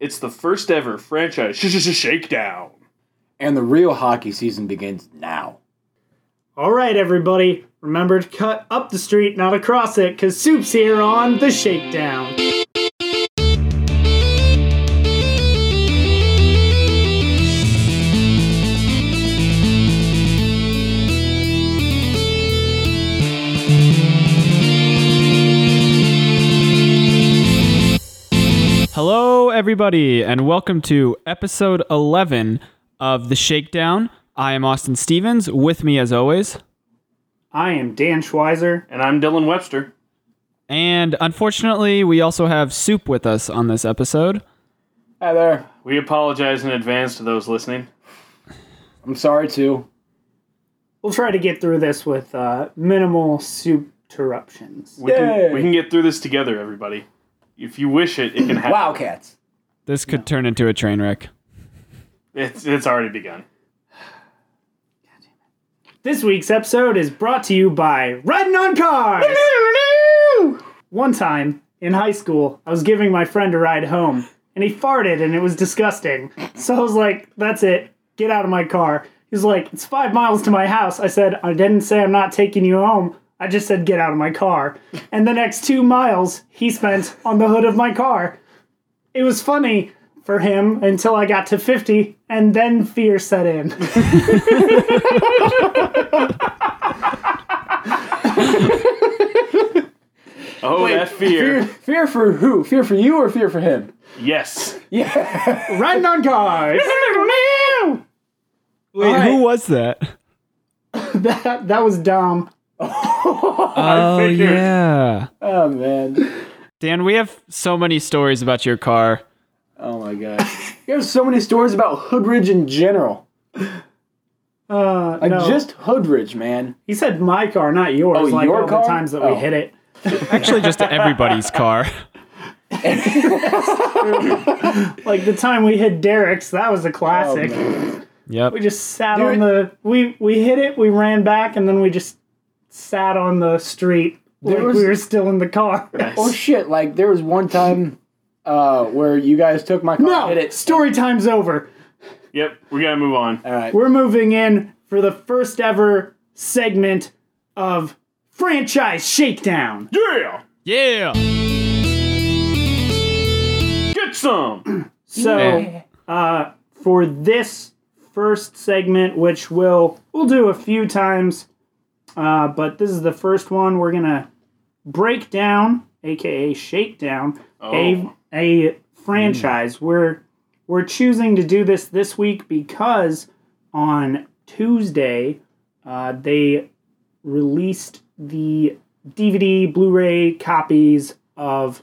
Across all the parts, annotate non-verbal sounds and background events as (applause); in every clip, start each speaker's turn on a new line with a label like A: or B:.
A: It's the first ever franchise sh- sh- sh- shakedown.
B: And the real hockey season begins now.
C: All right, everybody, remember to cut up the street, not across it, because Soup's here on The Shakedown.
D: Hello, everybody, and welcome to episode 11 of The Shakedown. I am Austin Stevens. With me, as always,
C: I am Dan Schweizer.
A: And I'm Dylan Webster.
D: and unfortunately, we also have Soup with us on this episode.
B: Hi there.
A: We apologize in advance to those listening.
B: I'm sorry too.
C: We'll try to get through this with uh, minimal soup interruptions.
A: We can,
B: Yay.
A: we can get through this together, everybody. If you wish it, it can happen.
B: Wildcats.
D: This could turn into a train wreck.
A: It's, it's already begun.
C: This week's episode is brought to you by Riding on Cars! One time in high school, I was giving my friend a ride home, and he farted, and it was disgusting. So I was like, that's it, get out of my car. He's like, it's five miles to my house. I said, I didn't say I'm not taking you home. I just said, get out of my car. And the next two miles he spent on the hood of my car. It was funny for him until I got to 50, and then fear set in.
A: Oh, that fear.
B: Fear, fear for who? Fear for you or fear for him?
A: Yes.
B: (laughs) Yeah.
C: Riding on cars!
D: Wait,
B: Alright.
D: who was that?
C: that, that was dumb.
D: Oh,
A: figured.
D: yeah.
B: oh man.
D: Dan, we have so many stories about your car.
B: Oh my (laughs) god. You have so many stories about Hoodridge in general.
C: Uh,
B: Like
C: no.
B: just Hoodridge, man.
C: He said my car, not yours.
B: Oh,
C: like
B: your
C: all
B: car?
C: the times that
B: Oh.
C: we hit it.
D: Actually, just everybody's car.
C: Like the time we hit Derek's, that was a classic.
D: Yep.
C: we just sat
B: Oh, Dude.
C: on the we we hit it, we ran back, and then we just sat on the street like
B: was-
C: we were still in
B: (laughs)
C: the car.
B: Oh shit, like there was one time uh where you guys took my car
C: (laughs) no,
B: and hit it.
C: story time's over.
A: Yep, we gotta move on.
B: Alright.
C: We're moving in for the first ever segment of franchise shakedown.
A: Yeah!
D: Yeah.
A: Get some!
C: So uh, for this first segment, which we'll we'll do a few times, uh, but this is the first one we're gonna break down, aka shakedown, a
A: Oh.
C: a franchise. We're we're choosing to do this this week because on Tuesday uh, they released the DVD Blu-ray copies of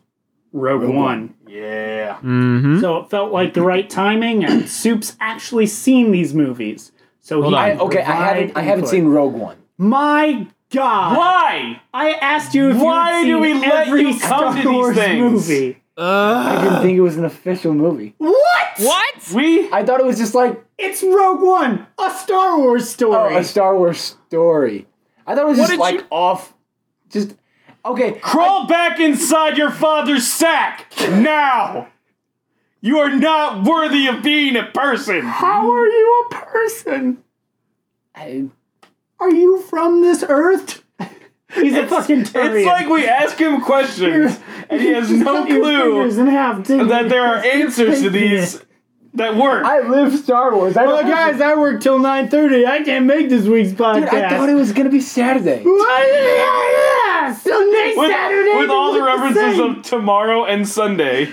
C: Rogue,
B: Rogue
C: One.
A: Yeah.
D: Mm-hmm.
C: So it felt like the right timing, and Soup's actually seen these movies. So he
D: on.
C: can
B: I, okay, I
C: provide
B: haven't I haven't
C: input.
B: seen Rogue One.
C: My God!
A: Why?
C: I asked you if
A: Why
C: you'd
A: do
C: seen
A: we let
C: every
A: you come
C: Star
A: to these
C: Wars
A: things?
C: movie.
B: I didn't think it was an official movie.
C: What?
D: What?
A: We
B: I thought it was just like
C: It's Rogue One, a Star Wars story.
B: oh, a Star Wars story. I thought it was
D: What
B: just
D: did
B: like
D: you-
B: off just okay.
A: crawl back inside your father's sack now! You are not worthy of being a person!
C: How are you a person?
B: I,
C: Are you from this Earth? (laughs) He's a fucking Turian.
A: It's like we ask him questions and he has no
C: Cut your fingers
A: clue
C: in half, didn't
A: that
C: you?
A: there
C: (laughs)
A: are answers to these that work.
B: I live Star Wars.
A: (laughs)
B: I
C: Well,
B: don't-
C: guys, I work till nine thirty. I can't make this week's podcast.
B: Dude, I thought it was gonna be Saturday.
C: Still next
A: with,
C: Saturday.
A: with all the
C: look
A: references
C: same.
A: of tomorrow and Sunday.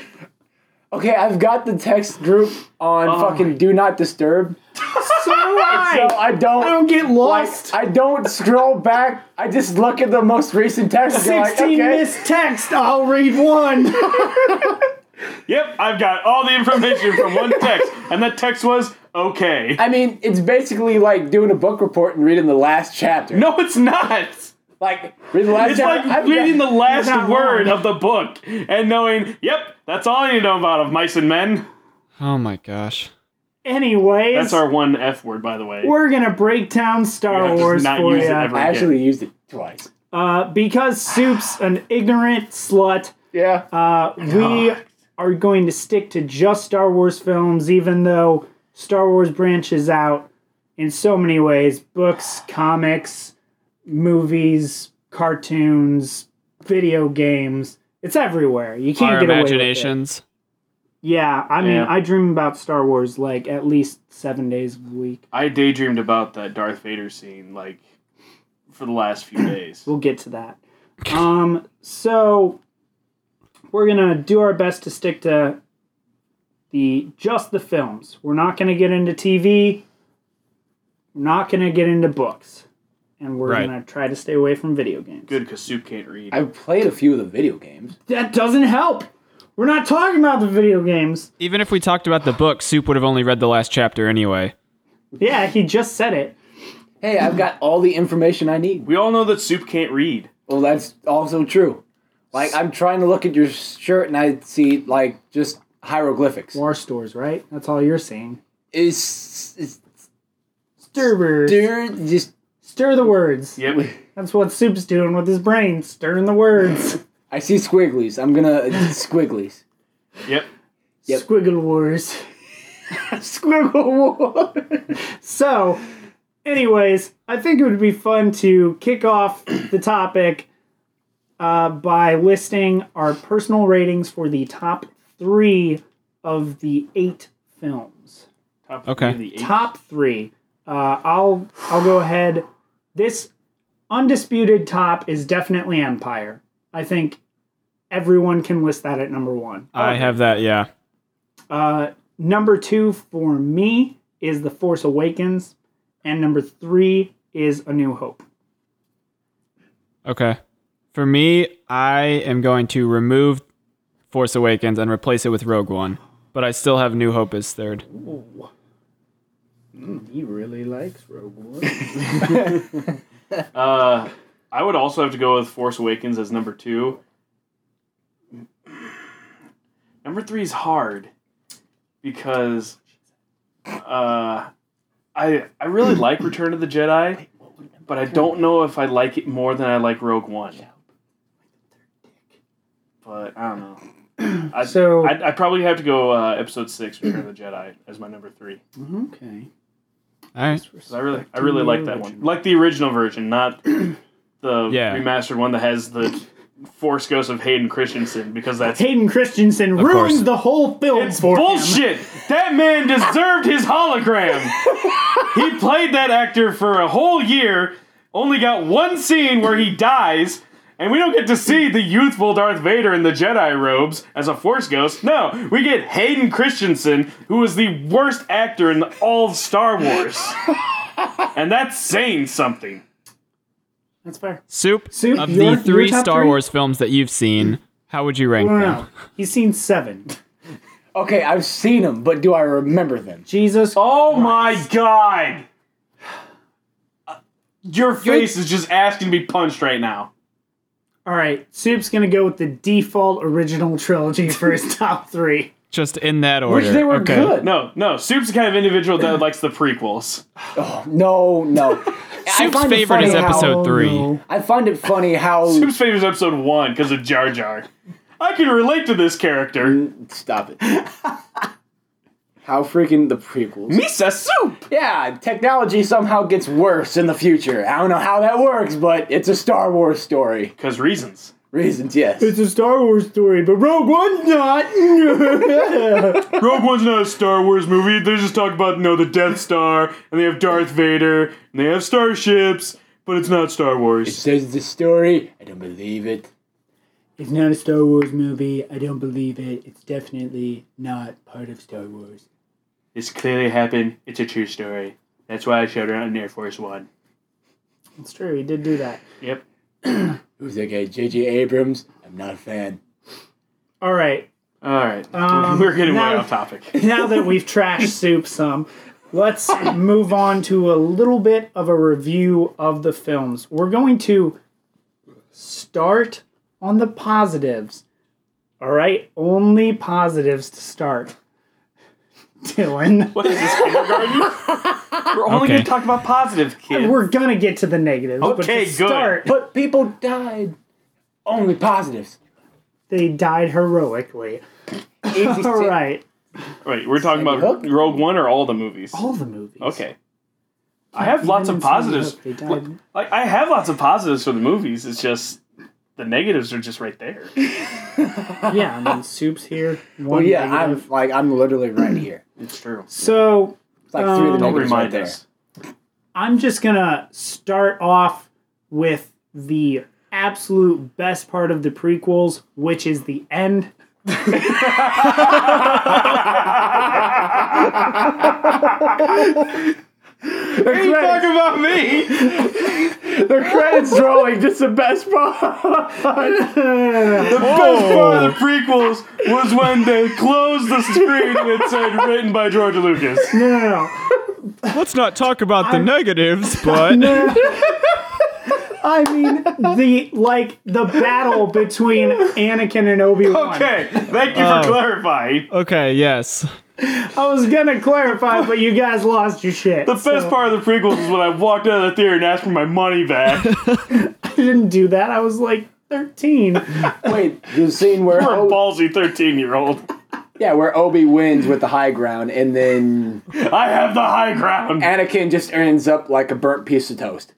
B: Okay, I've got the text group on fucking Do Not Disturb,
A: (laughs)
C: so do
B: so
C: I.
B: I don't.
C: I don't get lost.
B: I don't scroll back. I just look at the most recent text. and go like,
C: Sixteen
B: okay.
C: missed text. I'll read one. (laughs)
A: Yep, I've got all the information from
C: (laughs)
A: one text, and that text was okay.
B: I mean, it's basically like doing a book report and reading the last chapter.
A: No, it's not.
B: Like reading the last
A: It's
B: chapter.
A: like reading the last
C: not
A: word
C: wrong.
A: of the book and knowing, yep, that's all I need to know about of mice and men.
D: Oh my gosh.
C: Anyways,
A: That's our one F word, by the way.
C: we're gonna break down Star
A: Yeah, just
C: Wars
A: not
C: for
A: use it
C: you
A: ever.
B: I actually used it twice.
C: uh, because Soup's an ignorant slut.
B: Yeah.
C: Uh, we are going to stick to just Star Wars films, even though Star Wars branches out in so many ways books, comics, movies, cartoons, video games. It's everywhere. You can't
D: Our
C: get away with it.
D: imaginations.
C: Yeah, I mean,
A: Yeah.
C: I dream about Star Wars like at least seven days a week.
A: I daydreamed about that Darth Vader scene like for the last few days.
C: We'll get to that. Um, so we're gonna do our best to stick to the just the films. We're not gonna get into TV. We're not gonna get into books, and we're
D: Right.
C: gonna try to stay away from video games.
A: Good, because Soup can't read.
B: I've played a few of the video games.
C: That doesn't help. We're not talking about the video games.
D: Even if we talked about the book, Soup would have only read the last chapter anyway.
C: Yeah, he just said it.
B: Hey, I've got all the information I need.
A: we all know that Soup can't read.
B: Well, that's also true. Like, I'm trying to look at your shirt and I see, like, just hieroglyphics.
C: War stores, right? That's all you're saying.
B: Is. is
C: Stir words.
B: there just.
C: Stir the words.
A: Yep.
C: That's what Soup's doing with his brain, stirring the words.
B: I see squigglies. I'm gonna. uh, (laughs) squigglies.
A: Yep.
B: Yep.
C: Squiggle wars. (laughs) Squiggle war. so, anyways, I think it would be fun to kick off the topic uh, by listing our personal ratings for the top three of the eight films.
A: Top three
D: Okay.
A: of the eight.
C: top three. Uh, I'll I'll go ahead. This undisputed top is definitely Empire. I think everyone can list that at number one.
D: I have that, yeah.
C: Uh, number two for me is The Force Awakens, and number three is A New Hope.
D: Okay. For me, I am going to remove Force Awakens and replace it with Rogue One, but I still have New Hope as third.
E: He really likes Rogue One.
A: Uh, I would also have to go with Force Awakens as number two. Number three is hard because uh, I I
C: (clears throat)
A: really like Return of the Jedi, but I don't know if I like it more than I like Rogue One. But I don't know.
C: (clears throat)
A: I,
C: So-
A: I'd, I'd probably have to go uh, Episode Six, Return of the Jedi, as my number three.
E: okay.
D: All right.
A: 'Cause I really, I really like that one. Like the original version, not the
D: Yeah.
A: remastered one that has the Force Ghost of Hayden Christensen, because that's
C: Hayden Christensen ruins
D: course.
C: the whole film
A: it's
C: for him.
A: bullshit. That man deserved his
C: (laughs)
A: hologram. he played that actor for a whole year, only got one scene where he dies. And we don't get to see the youthful Darth Vader in the Jedi robes as a Force ghost. No, we get Hayden Christensen, who is the worst actor in all of Star
C: (laughs)
A: Wars. and that's saying something.
C: That's fair.
D: Soup,
C: Soup,
D: of
C: your-
D: the three
C: your top
D: Star
C: three?
D: Wars films that you've seen, how would you rank
C: No, no,
D: them?
C: no. He's seen seven.
B: Okay, I've seen them, but do I remember them?
C: Jesus.
A: Oh my
C: (sighs)
A: god! Your face is just asking to be punched right now.
C: All right, Soup's gonna go with the default original trilogy for
E: (laughs)
C: his top three.
D: Just in that order.
B: Which they were
D: okay.
B: good.
A: No, no. Soup's the kind of individual that likes the prequels.
B: No, no. I
D: Soup's
B: find it
D: favorite is
B: funny how-
D: episode three.
B: I find it funny how.
D: (laughs)
A: Soup's favorite is episode one because of Jar Jar. I can relate to this character.
B: Stop it. How freaking the prequels.
A: Misa Soup.
B: Yeah, technology somehow gets worse in the future. I don't know how that works, but it's a Star Wars story.
A: Because reasons.
B: Reasons, yes.
C: It's a Star Wars story, but Rogue One's not.
A: Rogue One's not a Star Wars movie. They just talk about you know the Death Star and they have Darth Vader and they have starships, but it's not Star Wars.
B: Says the story. I don't believe it.
E: It's not a Star Wars movie. I don't believe it. It's definitely not part of Star Wars.
A: This clearly happened. It's a true story. That's why I showed her on Air Force One.
C: it's true, he did do that.
A: Yep.
B: Who's that guy? J.J. Abrams? I'm not a fan.
C: All right,
A: All right,
C: Um,
A: we're getting way
C: now-
A: off topic.
C: now that we've trashed Soup some, let's move on to a little bit of a review of the films. We're going to start on the positives. All right, only positives to start. Dylan.
A: What is this
C: (laughs)
A: kindergarten? We're only
D: Okay.
A: going to talk about positive kids.
C: We're gonna get to the negatives. but
A: Okay,
C: to
A: good.
C: Start,
B: But people
C: (laughs)
B: died. Only positives.
C: they died heroically.
B: Easy
C: All right.
A: Wait, we're talking about
B: Hook?
A: Rogue One or all the movies?
C: All the movies.
A: Okay. I have lots
C: Even
A: of
C: Sandy
A: positives.
C: Hook, they died.
A: Like I have lots of positives for the movies. It's just the negatives are just right there.
C: yeah, I mean, Soup's here. One
B: Well, Oh, yeah,
C: negative.
B: I'm like I'm literally right here.
A: It's (laughs) true.
C: So
B: It's like three of
C: Um,
B: the
A: Don't
B: niggas right
A: remind
B: there.
A: us.
C: I'm just gonna start off with the absolute best part of the prequels, which is the end.
A: What are you talking about
B: (laughs)
A: me?
B: The credits rolling, just the best part.
A: The best part of the prequels was when they closed the screen and it said written by George Lucas.
C: (laughs) No, no, no.
D: Let's not talk about
B: (laughs)
D: the negatives, but
C: I mean the like the battle between Anakin and Obi Wan.
A: Okay, thank you for clarifying.
D: okay, yes.
C: I was gonna clarify, but you guys lost your shit.
A: The best part of the prequels is when I walked out of the theater and asked for my money
C: (laughs)
A: back.
C: I didn't do that. I was like 13.
B: Wait, the scene where
A: For a
B: o-
A: ballsy 13 year old.
B: yeah, where Obi wins with the high ground, and then
A: I have the high ground.
B: Anakin just ends up like a burnt piece of toast.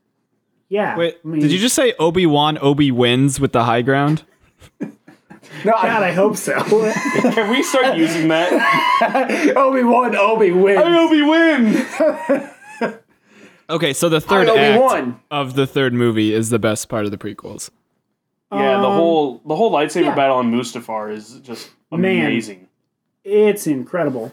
C: Yeah.
D: Wait,
C: I mean,
D: did you just say Obi Wan Obi wins with the high ground?
B: No,
C: God, I hope so.
A: Can we start (laughs) using that?
B: (laughs) Obi Wan, Obi wins.
A: I hope he wins.
D: Okay, so the third
B: Obi
D: act
B: Wan.
D: of the third movie is the best part of the prequels.
A: Yeah, the whole the whole lightsaber
C: Um, yeah.
A: battle on Mustafar is just
C: Man.
A: amazing.
C: it's incredible.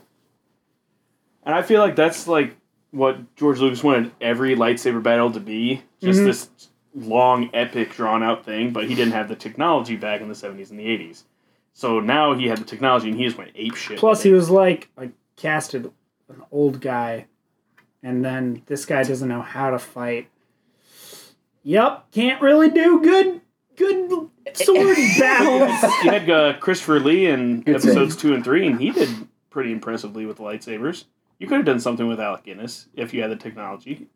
A: And I feel like that's like what George Lucas wanted every lightsaber battle to be. Just
C: Mm-hmm.
A: this long, epic, drawn out thing, but he didn't have the technology back in the seventies and the eighties. So now he had the technology and he just went ape shit.
C: Plus, he was like, I casted an old guy, and then this guy doesn't know how to fight. Yep, can't really do good, good sword battles.
A: he had uh, Christopher Lee in
B: save.
A: episodes two and three, and he did pretty impressively with lightsabers. You could have done something with Alec Guinness if you had the technology.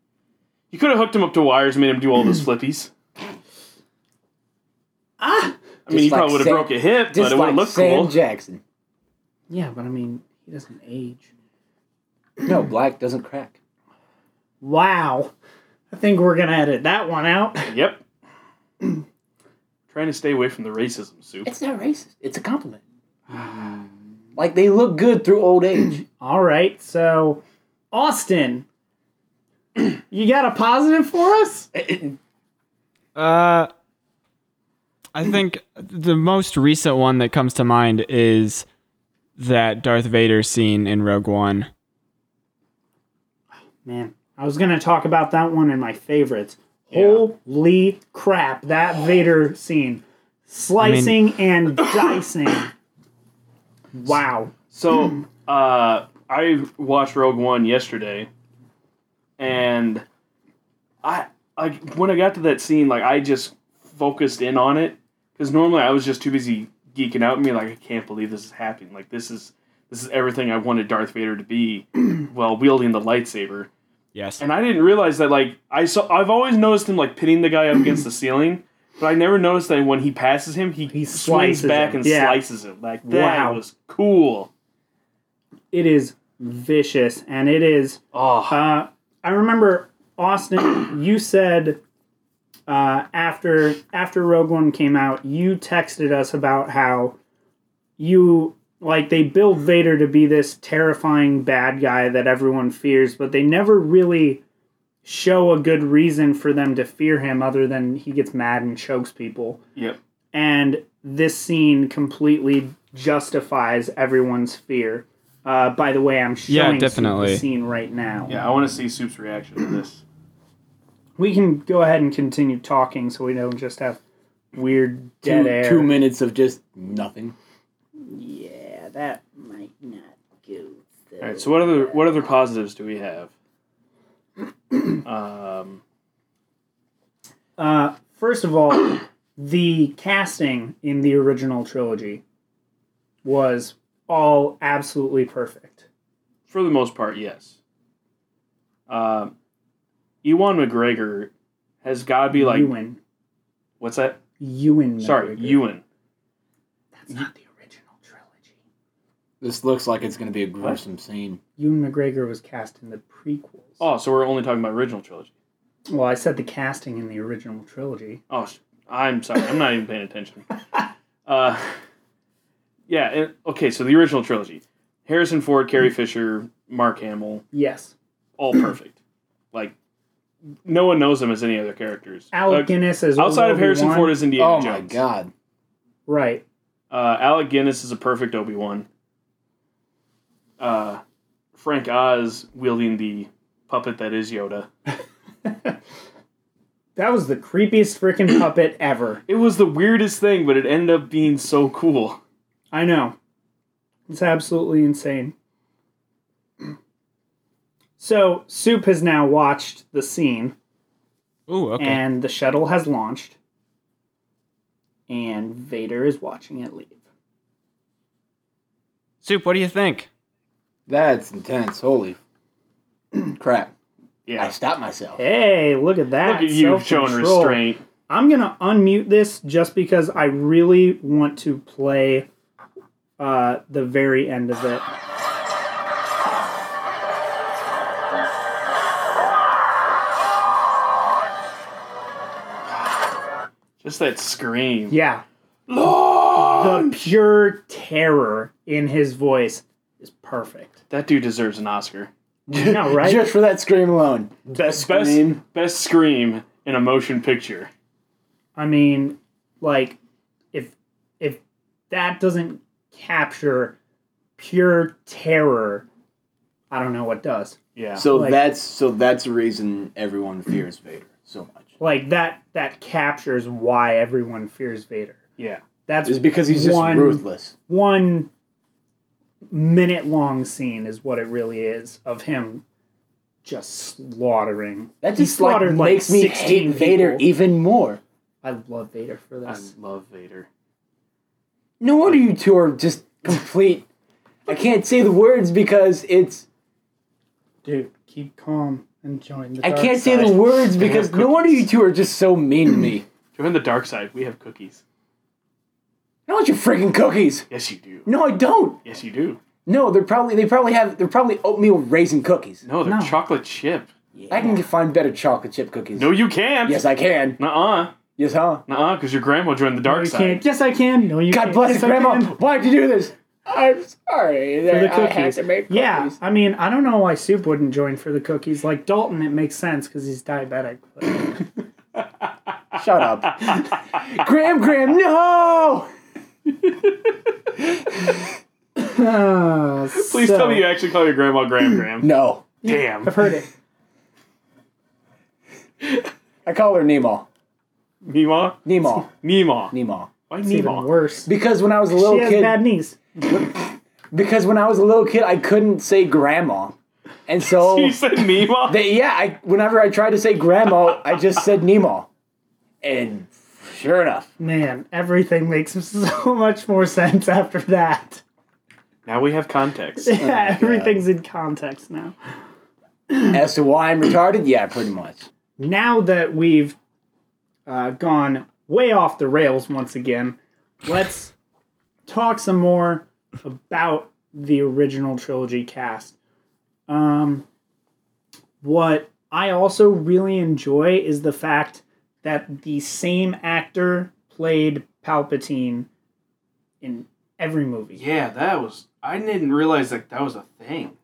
A: You could have hooked him up to wires, made him do all
B: (clears throat)
A: those flippies. I mean,
B: Ah! Just
A: he probably
B: like
A: would have
B: Sam-
A: broke a hip, but
B: just
A: it would
B: like
A: have looked
B: Sam
A: cool.
B: Jackson.
C: Yeah, but I mean, he doesn't age.
B: No, black doesn't crack.
C: Wow, I think we're gonna edit that one out. (laughs)
A: Yep. (clears throat) Trying to stay away from the racism soup.
B: It's not racist. It's a compliment. (sighs) like they look good through old (clears throat) age.
C: All right, so Austin, (clears throat) you got a positive for us?
D: Uh, I think the most recent one that comes to mind is that Darth Vader scene in Rogue One.
C: Man, I was gonna talk about that one in my favorites. Holy crap, that Vader scene. Slicing and (coughs) dicing. Wow. Hmm.
A: So uh, I watched Rogue One yesterday, and I like when I got to that scene, like I just focused in on it because normally I was just too busy geeking out and being like, I can't believe this is happening. Like this is this is everything I wanted Darth Vader to
C: (clears throat)
A: be while wielding the lightsaber.
D: Yes.
A: And I didn't realize that like I saw I've always noticed him like pinning the guy up against the ceiling, but I never noticed that when he passes him, he, swings
C: slices
A: back
C: him.
A: and
C: Yeah.
A: slices him. Like that
C: Wow.
A: was cool.
C: It is vicious and it is
A: Oh,
C: Uh, I remember Austin. (coughs) you said uh, after after Rogue One came out, you texted us about how you like they build Vader to be this terrifying bad guy that everyone fears, but they never really show a good reason for them to fear him other than he gets mad and chokes people.
A: yep.
C: And this scene completely justifies everyone's fear. Uh, by the way, I'm
D: Yeah,
C: showing you
D: definitely.
C: the scene right now.
A: Yeah, I want to see Soup's reaction to this.
C: We can go ahead and continue talking so we don't just have weird dead
B: Two,
C: air.
B: two minutes of just nothing.
C: Yeah, that might not go.
A: All right. So what other what other positives do we have?
C: (coughs)
A: Um,
C: Uh, first of all, (coughs) the casting in the original trilogy was all absolutely perfect.
A: for the most part, yes. Um, Ewan McGregor has got to be like
C: Ewan.
A: what's that?
C: Ewan.
A: Sorry,
C: McGregor.
A: Ewan.
C: That's not the original trilogy.
B: This looks like it's going to be a gruesome scene.
C: Ewan McGregor was cast in the prequels.
A: Oh, so we're only talking about original trilogy.
C: Well, I said the casting in the original trilogy.
A: Oh, sh- I'm sorry. I'm not even paying
C: (laughs)
A: attention. Uh, yeah. and- okay. So the original trilogy: Harrison Ford,
C: Mm.
A: Carrie Fisher, Mark Hamill,
C: Yes.
A: all perfect. Like no one knows them as any other characters.
C: Alec
A: Uh,
C: Guinness is
A: outside of Harrison
C: Obi-Wan.
A: Ford is Indiana
B: oh
A: Jones.
B: my god.
C: right.
A: Uh, Alec Guinness is a perfect Obi Wan. Uh, Frank Oz wielding the puppet that is Yoda.
C: That was the creepiest
A: (clears throat)
C: freaking puppet ever.
A: It was the weirdest thing, but it ended up being so cool.
C: I know. It's absolutely insane. (clears throat) So, Soup has now watched the scene,
D: Ooh, okay.
C: and the shuttle has launched, and Vader is watching it leave.
D: Soup, what do you think?
B: That's intense. Holy (clears throat) crap.
A: Yeah.
B: I stopped myself.
C: Hey, look at that.
A: Look at you showing
C: self-control.
A: restraint.
C: I'm going to unmute this just because I really want to play uh, the very end of it.
A: Just that scream.
C: Yeah. The pure terror in his voice is perfect.
A: That dude deserves an Oscar.
B: (laughs)
C: No, right?
B: Just for that scream alone. Best
A: Best
B: scream.
A: best scream in a motion picture.
C: I mean, like, if if that doesn't capture pure terror, I don't know what does.
A: Yeah.
B: So
C: Like-
B: that's so that's the reason everyone fears Vader so much.
C: Like that that captures why everyone fears Vader.
A: yeah.
C: That's
B: It's because he's just
C: One-
B: ruthless.
C: one minute long scene is what it really is of him just slaughtering.
B: That
C: He
B: just like
C: slaughtered,
B: makes me
C: 16
B: hate Vader e-
C: people.
B: even more.
C: I love Vader for
A: I
C: this.
A: love Vader.
B: No wonder you two are just complete. I can't say the words because it's.
C: Dude, keep calm and join the
B: I
C: dark
B: can't say the
C: side.
B: words because no wonder you two are just so mean to
C: (clears throat)
B: me.
A: Join the dark side. We have cookies.
B: I don't want your freaking cookies.
A: Yes, you do.
B: No, I don't.
A: Yes, you do.
B: No, they're probably they probably have they're probably oatmeal raisin cookies.
A: No, they're
C: No.
A: chocolate chip.
B: I can find better chocolate chip cookies.
A: No, you can't.
B: Yes, I can.
A: Nuh-uh.
B: Yes, huh?
A: Nuh-uh, because your grandma joined the dark
C: You
A: side.
C: can't. Yes, I can. No, you
B: God
C: can't.
B: bless
C: yes,
B: you,
C: I
B: Grandma.
C: can.
B: Why'd you do this? I'm sorry.
C: For the
B: I
C: cookies.
B: had to make cookies.
C: Yeah, I mean, I don't know why Soup wouldn't join for the cookies. Like Dalton, it makes sense because he's diabetic.
B: (laughs)
C: but-
B: Shut
C: (laughs)
B: up. Graham, Graham, no!
A: Please
C: So-
A: tell me you actually call your grandma Graham Graham.
B: No.
A: Damn.
C: I've heard it.
B: I call her Nemo.
A: Meemaw?
B: Nemo.
C: (laughs)
A: Meemaw.
B: Nemo.
A: Why
C: It's even
A: Meemaw? (laughs)
C: worse.
B: Because when I was a little
C: She has
B: kid,
C: bad knees.
B: because when I was a little kid, I couldn't say grandma, and so
C: (laughs)
A: You said Meemaw?
B: they, yeah, I whenever I tried to say grandma, I just said Nemo, and sure enough,
C: Man, everything makes (laughs) so much more sense after that. (laughs)
A: now we have context.
C: Yeah, everything's in context now. Hmm.
B: as to why I'm retarded, yeah, pretty much.
C: Now that we've uh, gone way off the rails once again, let's talk some more about the original trilogy cast. Um, what I also really enjoy is the fact that the same actor played Palpatine in every movie.
A: Yeah, that was. I didn't realize that that was a thing.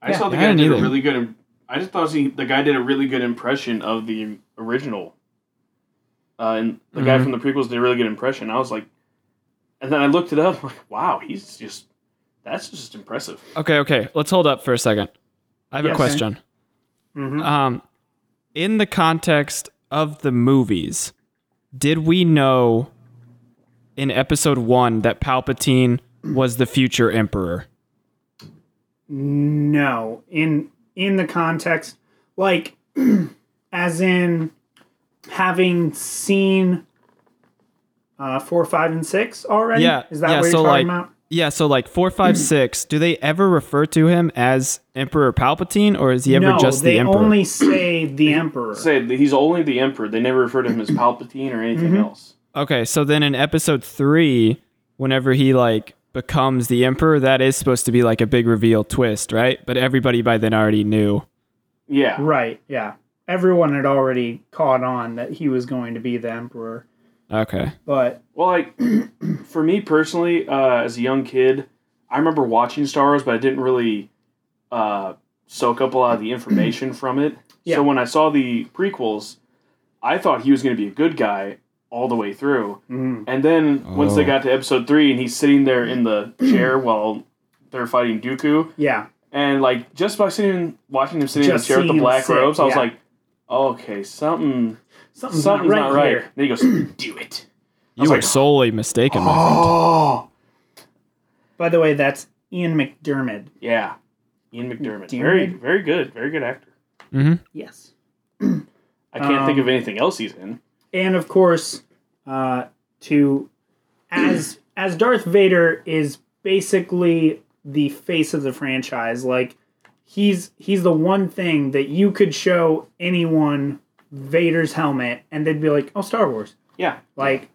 A: I just
C: Yeah.
A: thought the
D: I
A: guy
D: didn't
A: did a
D: either.
A: really good. im- I just thought he, the guy did a really good impression of the original. Uh, and the guy
D: Mhm.
A: from the prequels did a really good impression. I was like, and then I looked it up. I'm like, wow, he's just. That's just impressive.
D: Okay, okay. Let's hold up for a second. I have
C: Yes. Mm-hmm.
D: a question. Um, in the context of the movies, did we know in episode one that Palpatine was the future emperor?
C: No, in in the context, like (clears throat) as in having seen uh four, five, and six already.
D: Yeah,
C: is that
D: yeah,
C: what you're
D: so,
C: talking
D: like-
C: about?
D: Yeah, so like four, five, six. Do they ever refer to him as Emperor Palpatine, or is he ever
C: no,
D: just
C: they
D: the Emperor?
C: only say the emperor.
A: Say that he's only the emperor. They never refer to
D: (clears throat)
A: him as
D: Mm-hmm.
A: Palpatine or anything else.
D: Okay, so then in episode three, whenever he like becomes the emperor, that is supposed to be like a big reveal twist, right? But everybody by then already knew.
A: Yeah.
C: Right, yeah. Everyone had already caught on that he was going to be the emperor.
D: Okay.
C: But
A: Well, like (clears throat) for me personally, uh, as a young kid, I remember watching Star Wars, but I didn't really uh, soak up a lot of the
C: (clears throat)
A: information from it.
C: Yeah.
A: So when I saw the prequels, I thought he was going to be a good guy all the way through.
C: Mm.
A: And then once they
D: Oh.
A: got to episode three, and he's sitting there in
C: (clears throat)
A: the chair while they're fighting Dooku,
C: yeah,
A: and like just by sitting, watching him sitting in
C: Just
A: the chair with
C: seeing
A: the
C: him
A: black
C: sit,
A: robes, I was
C: yeah.
A: like, okay, something,
C: something's,
A: something's
C: not right, here.
A: Then he goes, do it.
D: You were
A: like-
D: solely mistaken. my friend.
C: Ah.
A: Oh.
C: By the way, that's Ian McDermott.
A: Yeah. Ian McDermott.
C: McDermott?
A: Very, very good. Very good actor.
C: Yes.
A: I can't think
C: Um,
A: of anything else he's in.
C: and of course uh, to as (clears throat) as Darth Vader is basically the face of the franchise like he's he's the one thing that you could show anyone Vader's helmet and they'd be like oh Star Wars
A: Yeah.
C: like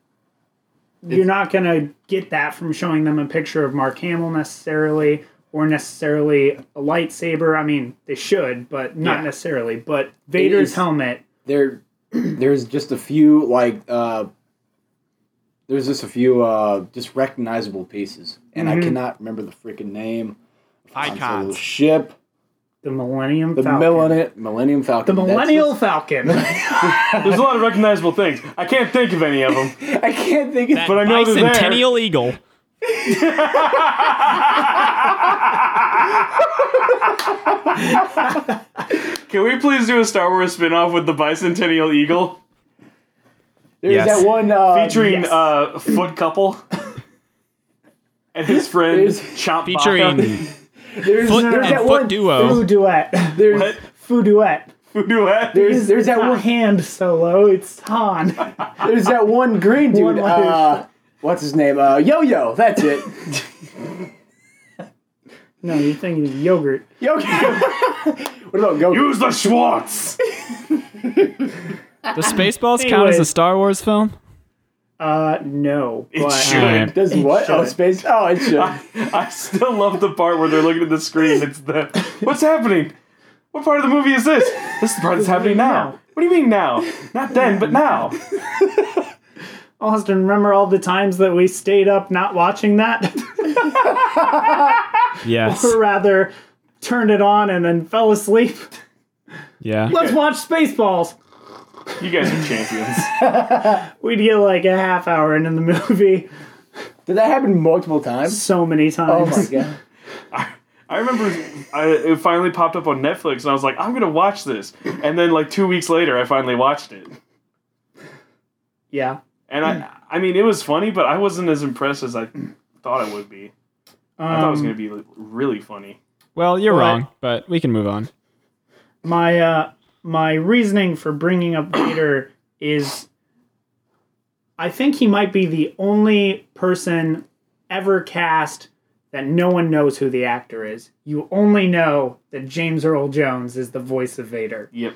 C: you're not going to get that from showing them a picture of Mark Hamill necessarily or necessarily a lightsaber I mean they should but not
A: Yeah.
C: necessarily but Vader's
B: is-
C: helmet
B: there there's just a few like uh there's just a few uh just recognizable pieces and
C: Mm-hmm.
B: i cannot remember the freaking name of Han
D: Icons.
B: Solo's ship
C: the Millennium
B: the
C: Falcon
B: millennium millennium falcon
C: The
B: That's
C: Millennial Falcon.
A: There's a lot of recognizable things. I can't think of any of them.
B: just- i can't think of
A: But I know they're there.
D: Bicentennial Eagle.
A: Can we please do a Star Wars spin-off with the Bicentennial Eagle?
B: there's
D: Yes.
B: that one uh
A: Featuring
C: yes.
A: uh Foot Couple. and his friend
B: There's-
A: Chomp (laughs) Baka.
D: Featuring
B: there's,
D: Foot
B: there's
D: and
B: that
D: Foot
B: one
C: Foo
D: Duo.
C: duet.
B: there's,
A: What?
C: Foo duet.
A: Who do I?
B: there's there's that
C: Not
B: one
C: hand solo. It's Han.
B: there's that one green dude
C: One letter.
B: uh what's his name uh yo yo that's it
C: (laughs) (laughs) No, you're thinking of yogurt.
B: yo (laughs) what about go
A: Use the Schwartz!
D: Does Spaceballs count as a
C: Anyways.
D: Star Wars film?
C: Uh, no.
A: It
C: but- uh,
A: should.
B: does what oh
C: should.
B: space oh it should
A: I still love the part where they're looking at the screen. It's the what's happening? What part of the movie is this? This is the part that's happening now. What do you mean now? Not then, but now.
C: Austin, remember all the times that we stayed up not watching that? (laughs)
D: Yes.
C: or rather, turned it on and then fell asleep? (laughs)
D: Yeah.
C: Let's watch Spaceballs.
A: You guys are champions.
C: We'd get like a half hour into the movie
B: (laughs) did that happen multiple times
C: so many
B: oh
C: times.
B: my god
A: I remember I, it finally popped up on Netflix, and I was like, I'm gonna watch this. And then like two weeks later, I finally watched it,
C: Yeah.
A: and I I mean it was funny, but I wasn't as impressed as I thought it would be. I thought it was
C: Um,
A: gonna be like, really funny.
D: Well, you're
C: What?
D: wrong, but we can move on.
C: my uh my reasoning for bringing up Vader is I think he might be the only person ever cast that no one knows who the actor is. You only know that James Earl Jones is the voice of Vader.
A: Yep.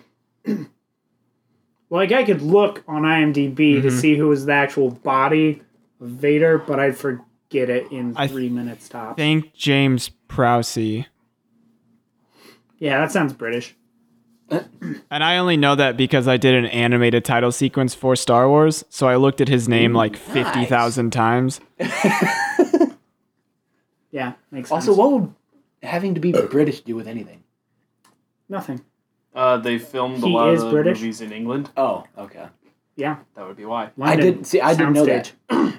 C: Like I could look on IMDb to see who was the actual body of Vader, but I'd forget it in
D: I
C: three minutes tops.
D: Thank James Prousey.
C: yeah, that sounds British.
D: And I only know that because I did an animated title sequence for Star Wars, so I looked at his name like 50,000 times.
C: Yeah, makes sense.
B: Also, what would having to be British do with anything?
C: Nothing.
A: Uh, they filmed a
C: He
A: lot of
C: is
A: the
C: British?
A: movies in England.
B: Oh, okay.
C: Yeah.
A: That would be why.
B: I didn't see. I didn't know that.
C: Soundstage.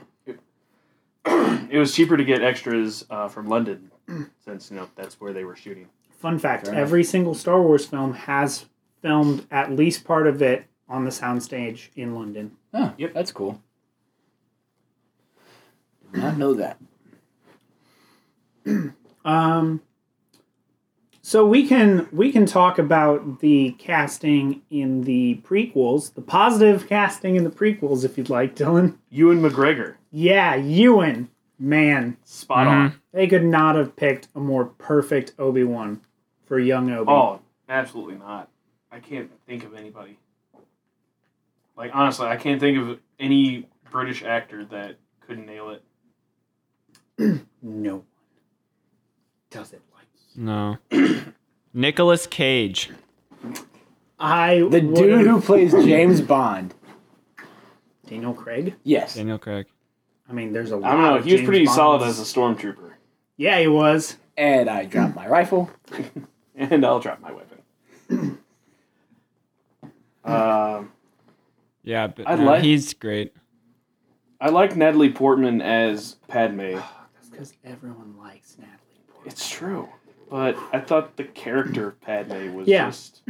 A: It was cheaper to get extras uh, from London, (clears throat) since you know that's where they were shooting.
C: Fun fact:
B: Fair enough.
C: every single Star Wars film has filmed at least part of it on the soundstage in London.
B: Huh,
A: Yep.
B: that's cool. Did not know that.
C: Um, so we can we can talk about the casting in the prequels, the positive casting in the prequels, if you'd like, Dylan.
A: Ewan McGregor,
C: Yeah, Ewan, man,
A: spot on.
C: they could not have picked a more perfect Obi Wan for young Obi.
A: Oh, absolutely not. I can't think of anybody. Like honestly, I can't think of any British actor that could nail it.
E: no one does it like you.
D: No. Nicholas Cage.
C: I
B: The dude who plays James Bond.
C: Daniel Craig.
B: Yes.
D: Daniel Craig.
C: I mean, there's a lot.
A: I don't know.
C: of
A: He was
C: James
A: pretty solid
C: Bonds.
A: as a stormtrooper, (laughs)
C: Yeah, he was.
B: And I dropped my rifle.
A: and I'll drop my weapon. (clears throat) Um,
D: Yeah, but
A: I
D: no,
A: like-
D: he's great.
A: I like Natalie Portman as Padme.
E: That's because everyone likes Natalie Portman.
A: It's true, but I thought the character of Padme was
C: Yeah.
A: just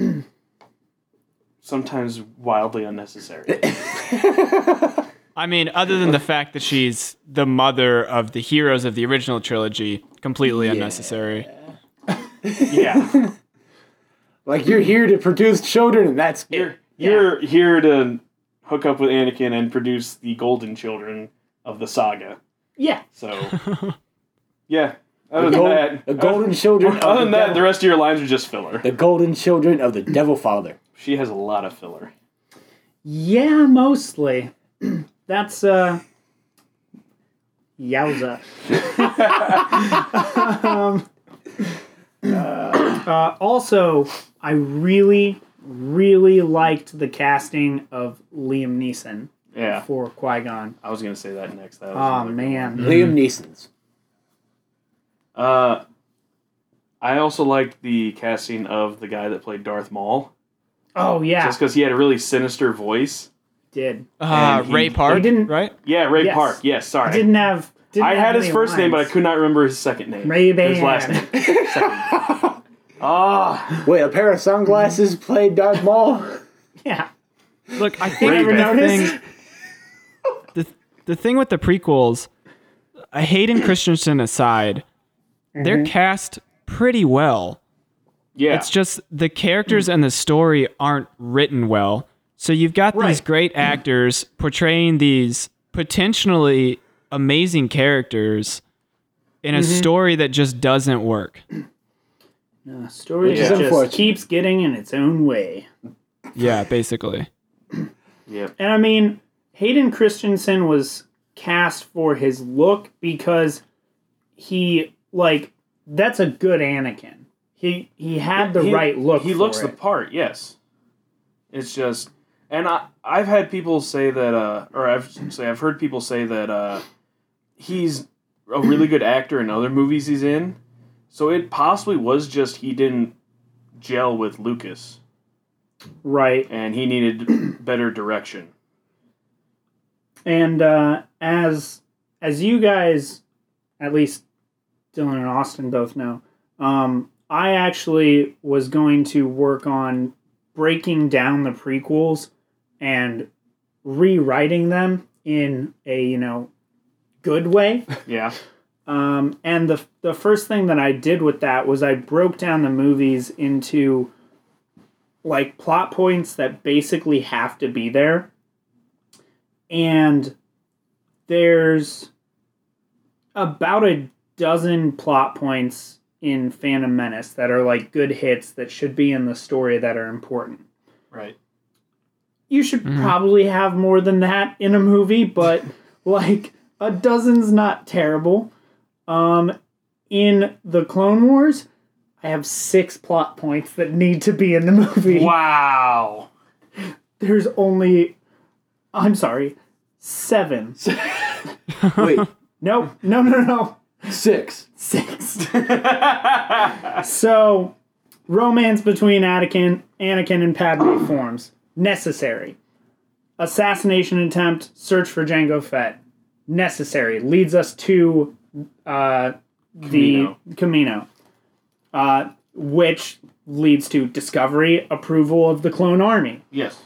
A: sometimes wildly
B: (clears throat)
A: unnecessary.
D: I mean, other than the fact that she's the mother of the heroes of the original trilogy, completely unnecessary.
A: yeah,
B: Like (laughs) you're here to produce children, and that's
A: you're you're here to hook up with Anakin and produce the golden children of the saga.
C: Yeah.
B: (laughs)
A: So, yeah. Other
B: the,
A: than
B: gold-
A: that,
B: the golden
E: (laughs)
B: children. of
A: other
B: the
A: than that,
B: devil-
A: the rest of your lines are just filler.
B: the golden children of the Devil Father.
A: She has a lot of filler.
C: Yeah, mostly. (clears throat) That's uh Yowza. Um, uh, also, I really, really liked the casting of Liam Neeson
A: Yeah,
C: for Qui Gon.
A: I was gonna say that next. That was
C: Oh
A: another good
C: man,
B: Liam Neeson's.
A: one. Uh, I also liked the casting of the guy that played Darth Maul,
C: oh yeah,
A: just because he had a really sinister voice.
C: did
D: Uh,
A: And he-
D: Ray Park,
C: They didn't-
D: right?
A: Yeah, Ray
C: Yes.
A: Park. Yes, sorry. I,
C: didn't have. Didn't have
A: had his
C: many
A: first name, but I
C: lines.
A: could not remember his second name.
C: Ray-Ban.
A: His last name.
C: (laughs)
A: Second. Ah,
B: Wait, a pair of sunglasses played Darth Maul.
C: Yeah,
D: Look, I think
A: Ray
D: the
A: Ban.
D: thing, the, the thing with the prequels, uh, Hayden (coughs) Christensen aside, they're cast pretty well.
A: yeah.
D: It's just the characters and the story aren't written well. So you've got these
C: Right.
D: great actors portraying these potentially amazing characters in a story that just doesn't work.
C: the story
A: Which is
C: just
B: unfortunate.
C: keeps getting in its own way.
D: Yeah, basically.
A: Yep.
C: And I mean, Hayden Christensen was cast for his look because he like that's a good Anakin. He he had the
A: He-
C: right look.
A: He
C: for
A: looks the
C: it.
A: part. Yes. It's just, and I I've had people say that, uh, or I've say I've heard people say that uh, he's a really good actor in other movies he's in. So it possibly was just he didn't gel with Lucas,
C: right.
A: and he needed (clears throat) better direction.
C: And uh, as as you guys, at least Dylan and Austin both know, um, I actually was going to work on breaking down the prequels and rewriting them in a you know good way.
A: Yeah.
C: Um, and the the first thing that I did with that was I broke down the movies into like plot points that basically have to be there. And there's about a dozen plot points in Phantom Menace that are like good hits that should be in the story that are important
A: Right.
C: you should
D: Mhm.
C: probably have more than that in a movie, but like a dozen's not terrible. Um, in the Clone Wars, I have six plot points that need to be in the movie.
A: Wow.
C: There's only, I'm sorry,
A: (laughs)
C: seven.
B: (laughs) Wait,
C: No, no, no, no,
B: six.
C: six. so, romance between Anakin, Anakin and Padme forms necessary. Assassination attempt, search for Django Fett necessary leads us to uh, the Camino, uh, which leads to discovery, approval of the clone army,
A: Yes.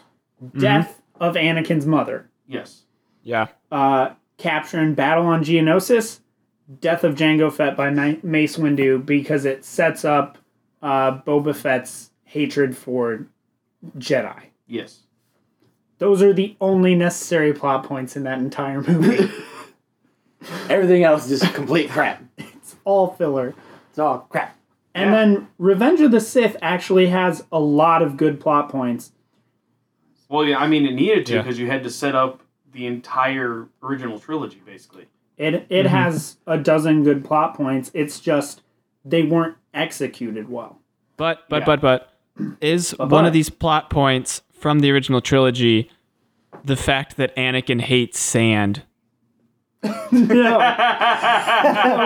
C: death of Anakin's mother,
A: Yes.
D: Yeah.
C: uh, capture and battle on Geonosis, death of Django Fett by Ma- Mace Windu because it sets up uh, Boba Fett's hatred for Jedi.
A: Yes.
C: Those are the only necessary plot points in that entire movie.
B: Everything else is just complete crap.
C: All filler.
B: It's all crap.
C: And then Revenge of the Sith actually has a lot of good plot points.
A: Well, yeah. I mean, it needed to
D: Yeah.
A: because you had to set up the entire original trilogy, basically.
C: It it has a dozen good plot points. It's just they weren't executed well. (laughs)
D: But but but but is one
C: but.
D: of these plot points from the original trilogy the fact that Anakin hates sand?
C: No, (laughs) no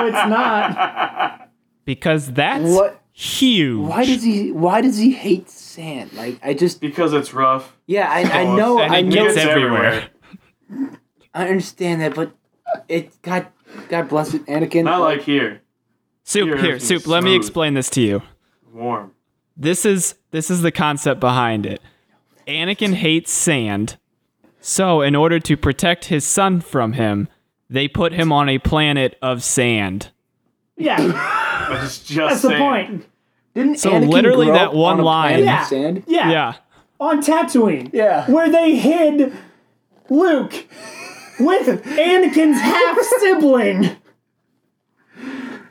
C: it's not.
D: Because that's
B: What-
D: huge.
B: Why does he? Why does he hate sand? Like I just
A: Because it's rough.
B: yeah, I, I know,
D: and
B: I
D: it
B: know,
D: gets everywhere.
B: I understand that, but it God, God bless it, Anakin.
A: Not like here.
D: soup
A: Here,
D: here,
A: it's
D: soup. Let me
A: smooth.
D: explain this to you.
A: Warm. (laughs)
D: This is this is the concept behind it. Anakin hates sand. So, in order to protect his son from him, they put him on a planet of sand.
C: Yeah,
A: It's just
C: that's the
A: sand.
C: point.
B: didn't
D: so
B: Anakin
D: literally
B: grow
D: that
B: up
D: one
B: on a planet
D: line-
B: of
C: Yeah.
B: sand?
C: Yeah.
D: Yeah.
C: on Tatooine.
B: Yeah.
C: where they hid Luke with Anakin's
B: (laughs)
C: half sibling.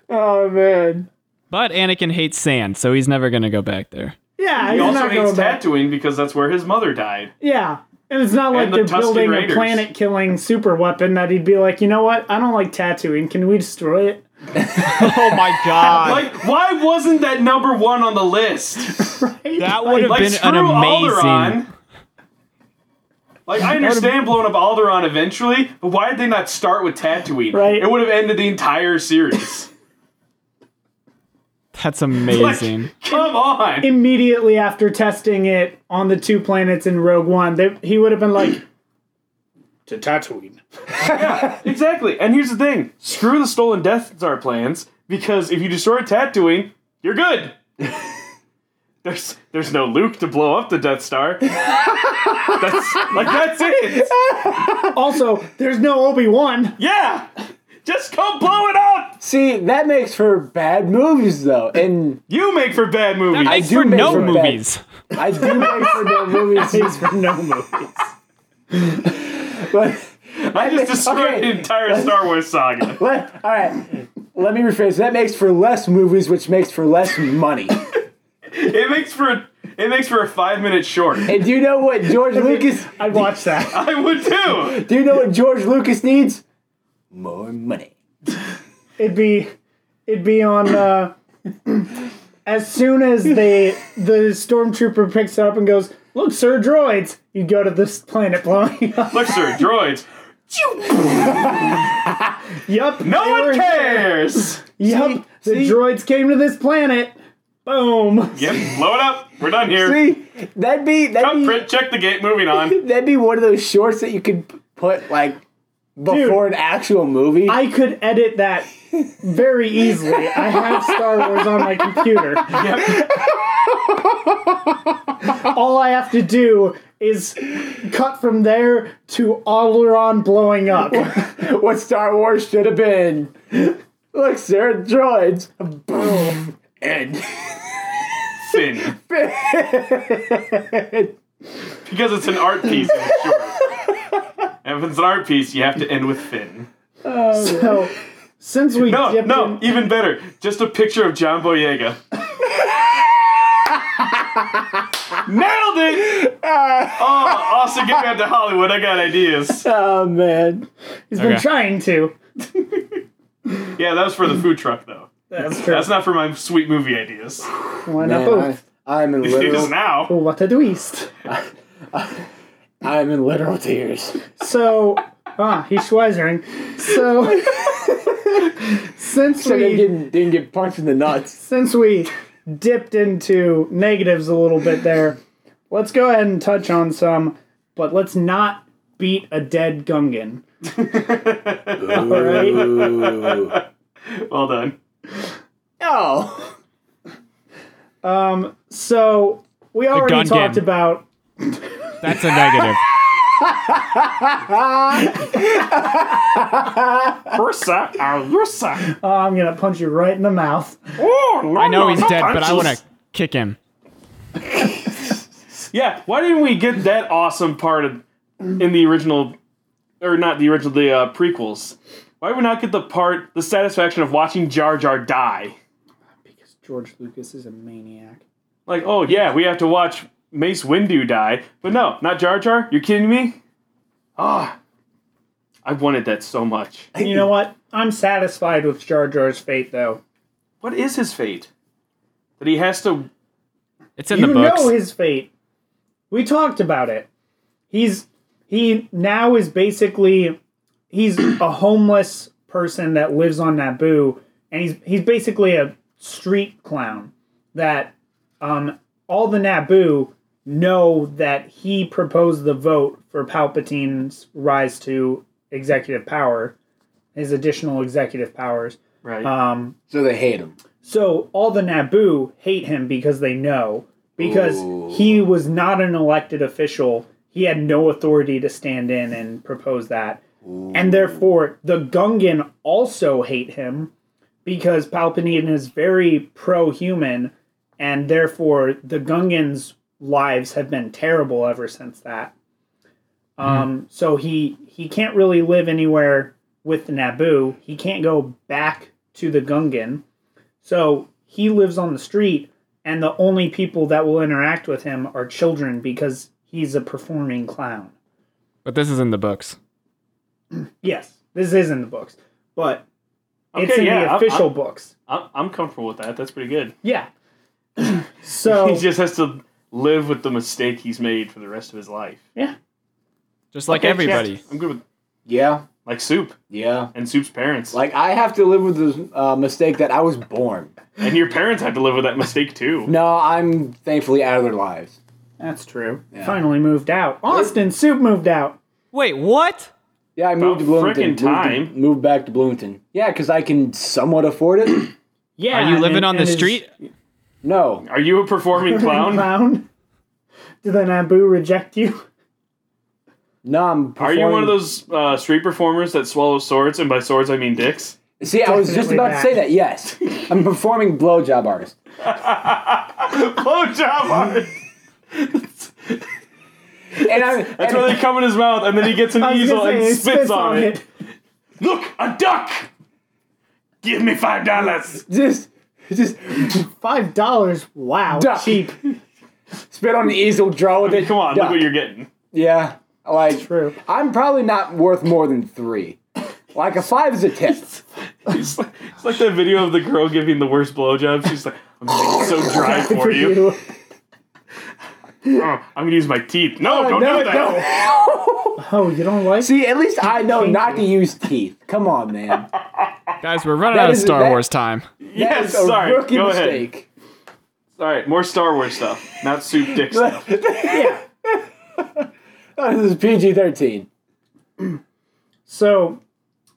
B: Oh man,
D: But Anakin hates sand, so he's never going to go back there.
C: Yeah,
A: He
C: he's
A: also
C: not
A: hates
C: going back.
A: Tatooine because that's where his mother died.
C: Yeah. And it's not like
A: the
C: they're
A: Tusken
C: building
A: Raiders.
C: a planet killing super weapon that he'd be like, you know what? I don't like tattooing. Can we destroy it?
D: Oh my god.
A: Like, why wasn't that number one on the list?
D: that would have
A: Like,
D: been
A: screw
D: an amazing.
A: Alderaan. Like, I understand blowing up Alderaan eventually, but why did they not start with Tatooine?
C: Right.
A: It would have ended the entire
C: (laughs)
A: series.
D: That's amazing.
A: Come on.
C: Immediately after testing it on the two planets in Rogue One, they, he would have been like, to Tatooine.
A: Exactly. And here's the thing: screw the stolen Death Star plans because if you destroy Tatooine, you're good. (laughs) there's there's no Luke to blow up the Death Star. that's like that's it.
C: Also, there's no Obi Wan.
A: Yeah, just go blow it up.
B: see that makes for bad movies though, and
A: You make for bad movies.
D: Thanks
B: do
D: for
B: make
D: no
B: for that.
D: movies.
B: I do make for no
D: (laughs)
B: movies.
C: for no movies.
B: (laughs) But
A: I just destroyed
B: okay.
A: the entire Star Wars saga.
B: let, all right, let me rephrase. That makes for less movies, which makes for less money.
A: It makes for a, it makes for a five minute short.
B: And do you know what George Lucas?
C: I'd watch that.
A: I would too.
B: (laughs) Do you know what George Lucas needs? More money.
C: It'd be, it'd be on. Uh, as soon as they the stormtrooper picks up and goes, "Look, sir, droids," you go to this planet blowing up. (laughs)
A: Look, sir, droids.
C: Yup.
A: No
C: they were
A: one
C: here.
A: cares.
C: Yup. The
B: see?
C: droids came to this planet. Boom.
A: Yep, blow it up. We're done here.
B: See, that'd be
A: Come,
B: that'd be,
A: print, check the gate. Moving
B: (laughs)
A: on.
B: that'd be one of those shorts that you could p- put like before an actual movie.
C: I could edit that very easily. I have Star Wars on my computer. All I have to do is cut from there to Alderaan
A: (laughs)
C: blowing up.
B: what Star Wars should have been. Look, sir, droids. Boom. (laughs) End.
A: Finn. Because it's an art piece. and it's short. And if it's an art piece, you have to end with Finn.
C: So, since we
A: No,
C: dipped
A: no,
C: in-
A: even better. Just a picture of John Boyega. Nailed it! Oh, also get back to Hollywood. I got ideas.
B: Oh man.
C: he's been
D: Okay.
C: trying to.
A: Yeah, that was for the food truck, though.
C: That's true.
A: That's not for my sweet movie ideas.
C: Why not
B: man
C: both?
B: I, I'm in
A: It is
B: literal.
A: now.
C: What a twist.
B: I'm in literal tears.
C: So, ah, he's Schweizering. (laughs) So, since
B: So they
C: we
B: didn't didn't get punched in the nuts.
C: since we dipped into negatives a little bit there, let's go ahead and touch on some, but let's not beat a dead (laughs) Gungan. All right.
B: Ooh.
A: Well done.
B: (laughs) No.
C: So we already
D: Gungan.
C: talked about
D: That's a negative.
A: Ursa,
D: uh,
A: Ursa.
C: oh, I'm gonna punch you right in the mouth.
D: I know he's dead, but I want to kick him.
A: Yeah, why didn't we get that awesome part of, in the original, or not the original, the uh, prequels? Why did we not get the part, the satisfaction of watching Jar Jar die?
C: Because George Lucas is a maniac.
A: Like, oh yeah, we have to watch Mace Windu die, but no, not Jar Jar. You're kidding me? Ah, I wanted that so much.
C: You know what? I'm satisfied with Jar Jar's fate, though.
A: What is his fate? That he has to.
D: It's in
C: you
D: the books.
C: know his fate. We talked about it. He's he now is basically he's a homeless person that lives on Naboo, and he's he's basically a street clown that um, all the Naboo know that he proposed the vote for Palpatine's rise to executive power, his additional executive powers.
A: Right.
C: Um,
B: So they hate him.
C: so all the Naboo hate him because they know because
B: Ooh.
C: he was not an elected official. He had no authority to stand in and propose that. And therefore, the Gungan also hate him because Palpatine is very pro human, and therefore, the Gungans' lives have been terrible ever since that. Um, So he, he can't really live anywhere with Naboo. He can't go back to the Gungan. So he lives on the street, and the only people that will interact with him are children because he's a performing clown.
D: but this is in the books.
C: Yes, this is in the books, but it's
A: Okay,
C: in
A: yeah,
C: the
A: I'm-
C: official books.
A: I'm, I'm comfortable with that. That's pretty good. (laughs)
C: Yeah. so
A: He just has to live with the mistake he's made for the rest of his life.
C: yeah,
D: Just like
A: Okay, yeah,
D: everybody.
A: I'm good with
B: Yeah,
A: like soup
B: yeah.
A: and soup's parents.
B: Like I have to live with the uh, mistake that I was born.
A: and your parents had to live with that mistake too.
B: No, I'm thankfully out of their lives.
C: that's true.
B: Yeah.
C: Finally moved out. Austin Soup moved out.
D: Wait, what?
B: Yeah, I moved to
A: About
B: Bloomington.
A: frickin'
B: moved to- Moved,
A: time.
B: back to Bloomington. Yeah, because I can somewhat afford it. (clears throat)
C: Yeah,
D: Are you
C: and-
D: living on the
C: and his
D: street?
B: No,
A: Are you a performing clown?
C: Clown. (laughs) Did the Naboo
A: (laughs)
C: reject you?
B: no, I'm.
A: Are you one
B: performing-
A: of those uh, street performers that swallows swords, and by swords I mean dicks?
B: See, I was just
C: Definitely
B: about to say
C: back.
B: that. Yes, I'm a performing blowjob artist.
A: Blow job (laughs) art.
B: And I'm.
A: (laughs) That's
B: and-
A: where they come in his mouth, and then he gets an
C: I was
A: easel
C: gonna say,
A: and
C: he
A: spits, on, it. Look, a duck. Give me five dollars.
B: just, just
C: Five dollars. Wow,
B: Duck.
A: (laughs)
C: cheap.
B: spit on the easel, draw with it.
A: Come on,
B: duck.
A: look what you're getting.
B: Yeah, like
C: True.
B: I'm probably not worth more than three. Like a five is a tip.
A: It's like, it's like that video of the girl giving the worst blowjob. She's like, "I'm gonna make it so dry for you. Uh, I'm gonna use my teeth. No, (laughs) don't
B: Oh, no,
A: do that.
B: no.
C: Oh, you don't like?
B: (laughs) See, at least I know not to use teeth. Come on, man.
D: Guys, we're running
B: That
D: out of
B: is-
D: Star
B: that-
D: Wars time.
B: That
A: (laughs) Yes,
B: is a
A: sorry.
B: rookie
A: Go ahead.
B: mistake.
A: All right, more Star Wars stuff, not soup dick stuff.
B: Oh, this is PG-13.
C: So,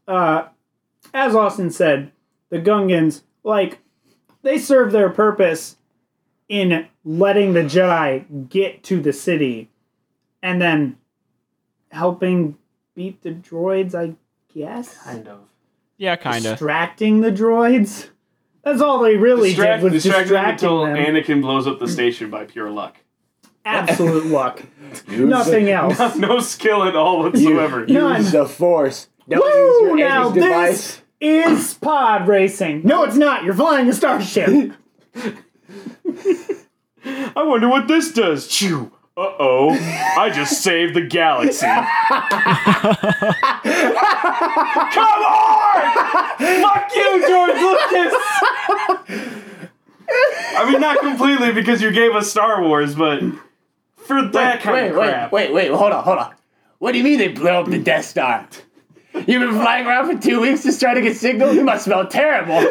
C: uh, as Austin said, the Gungans, like, they serve their purpose in letting the Jedi get to the city and then helping beat the droids, I guess?
D: Yeah, kinda.
C: Distracting the droids? That's all they really
A: Distract,
C: did was
A: distract them
C: distracting
A: until
C: them.
A: Anakin blows up the station by pure luck. (laughs)
C: Absolute luck. Nothing else.
A: No skill at all whatsoever.
C: None.
B: Use the force. Don't use
C: Woo!
B: your
C: Now
B: Ares device.
C: this is pod racing. No, it's not. You're flying a starship.
A: I wonder what this does. Chew. Uh oh. I just saved the galaxy. Come on! Fuck you, George Lucas! I mean, not completely because you gave us Star Wars, but for that kind
B: Wait,
A: of
B: wait,
A: crap.
B: wait, wait, hold on, hold on. What do you mean they blew up the Death Star? You've been flying around for two weeks just trying to get signals? You must
A: (laughs)
B: smell terrible.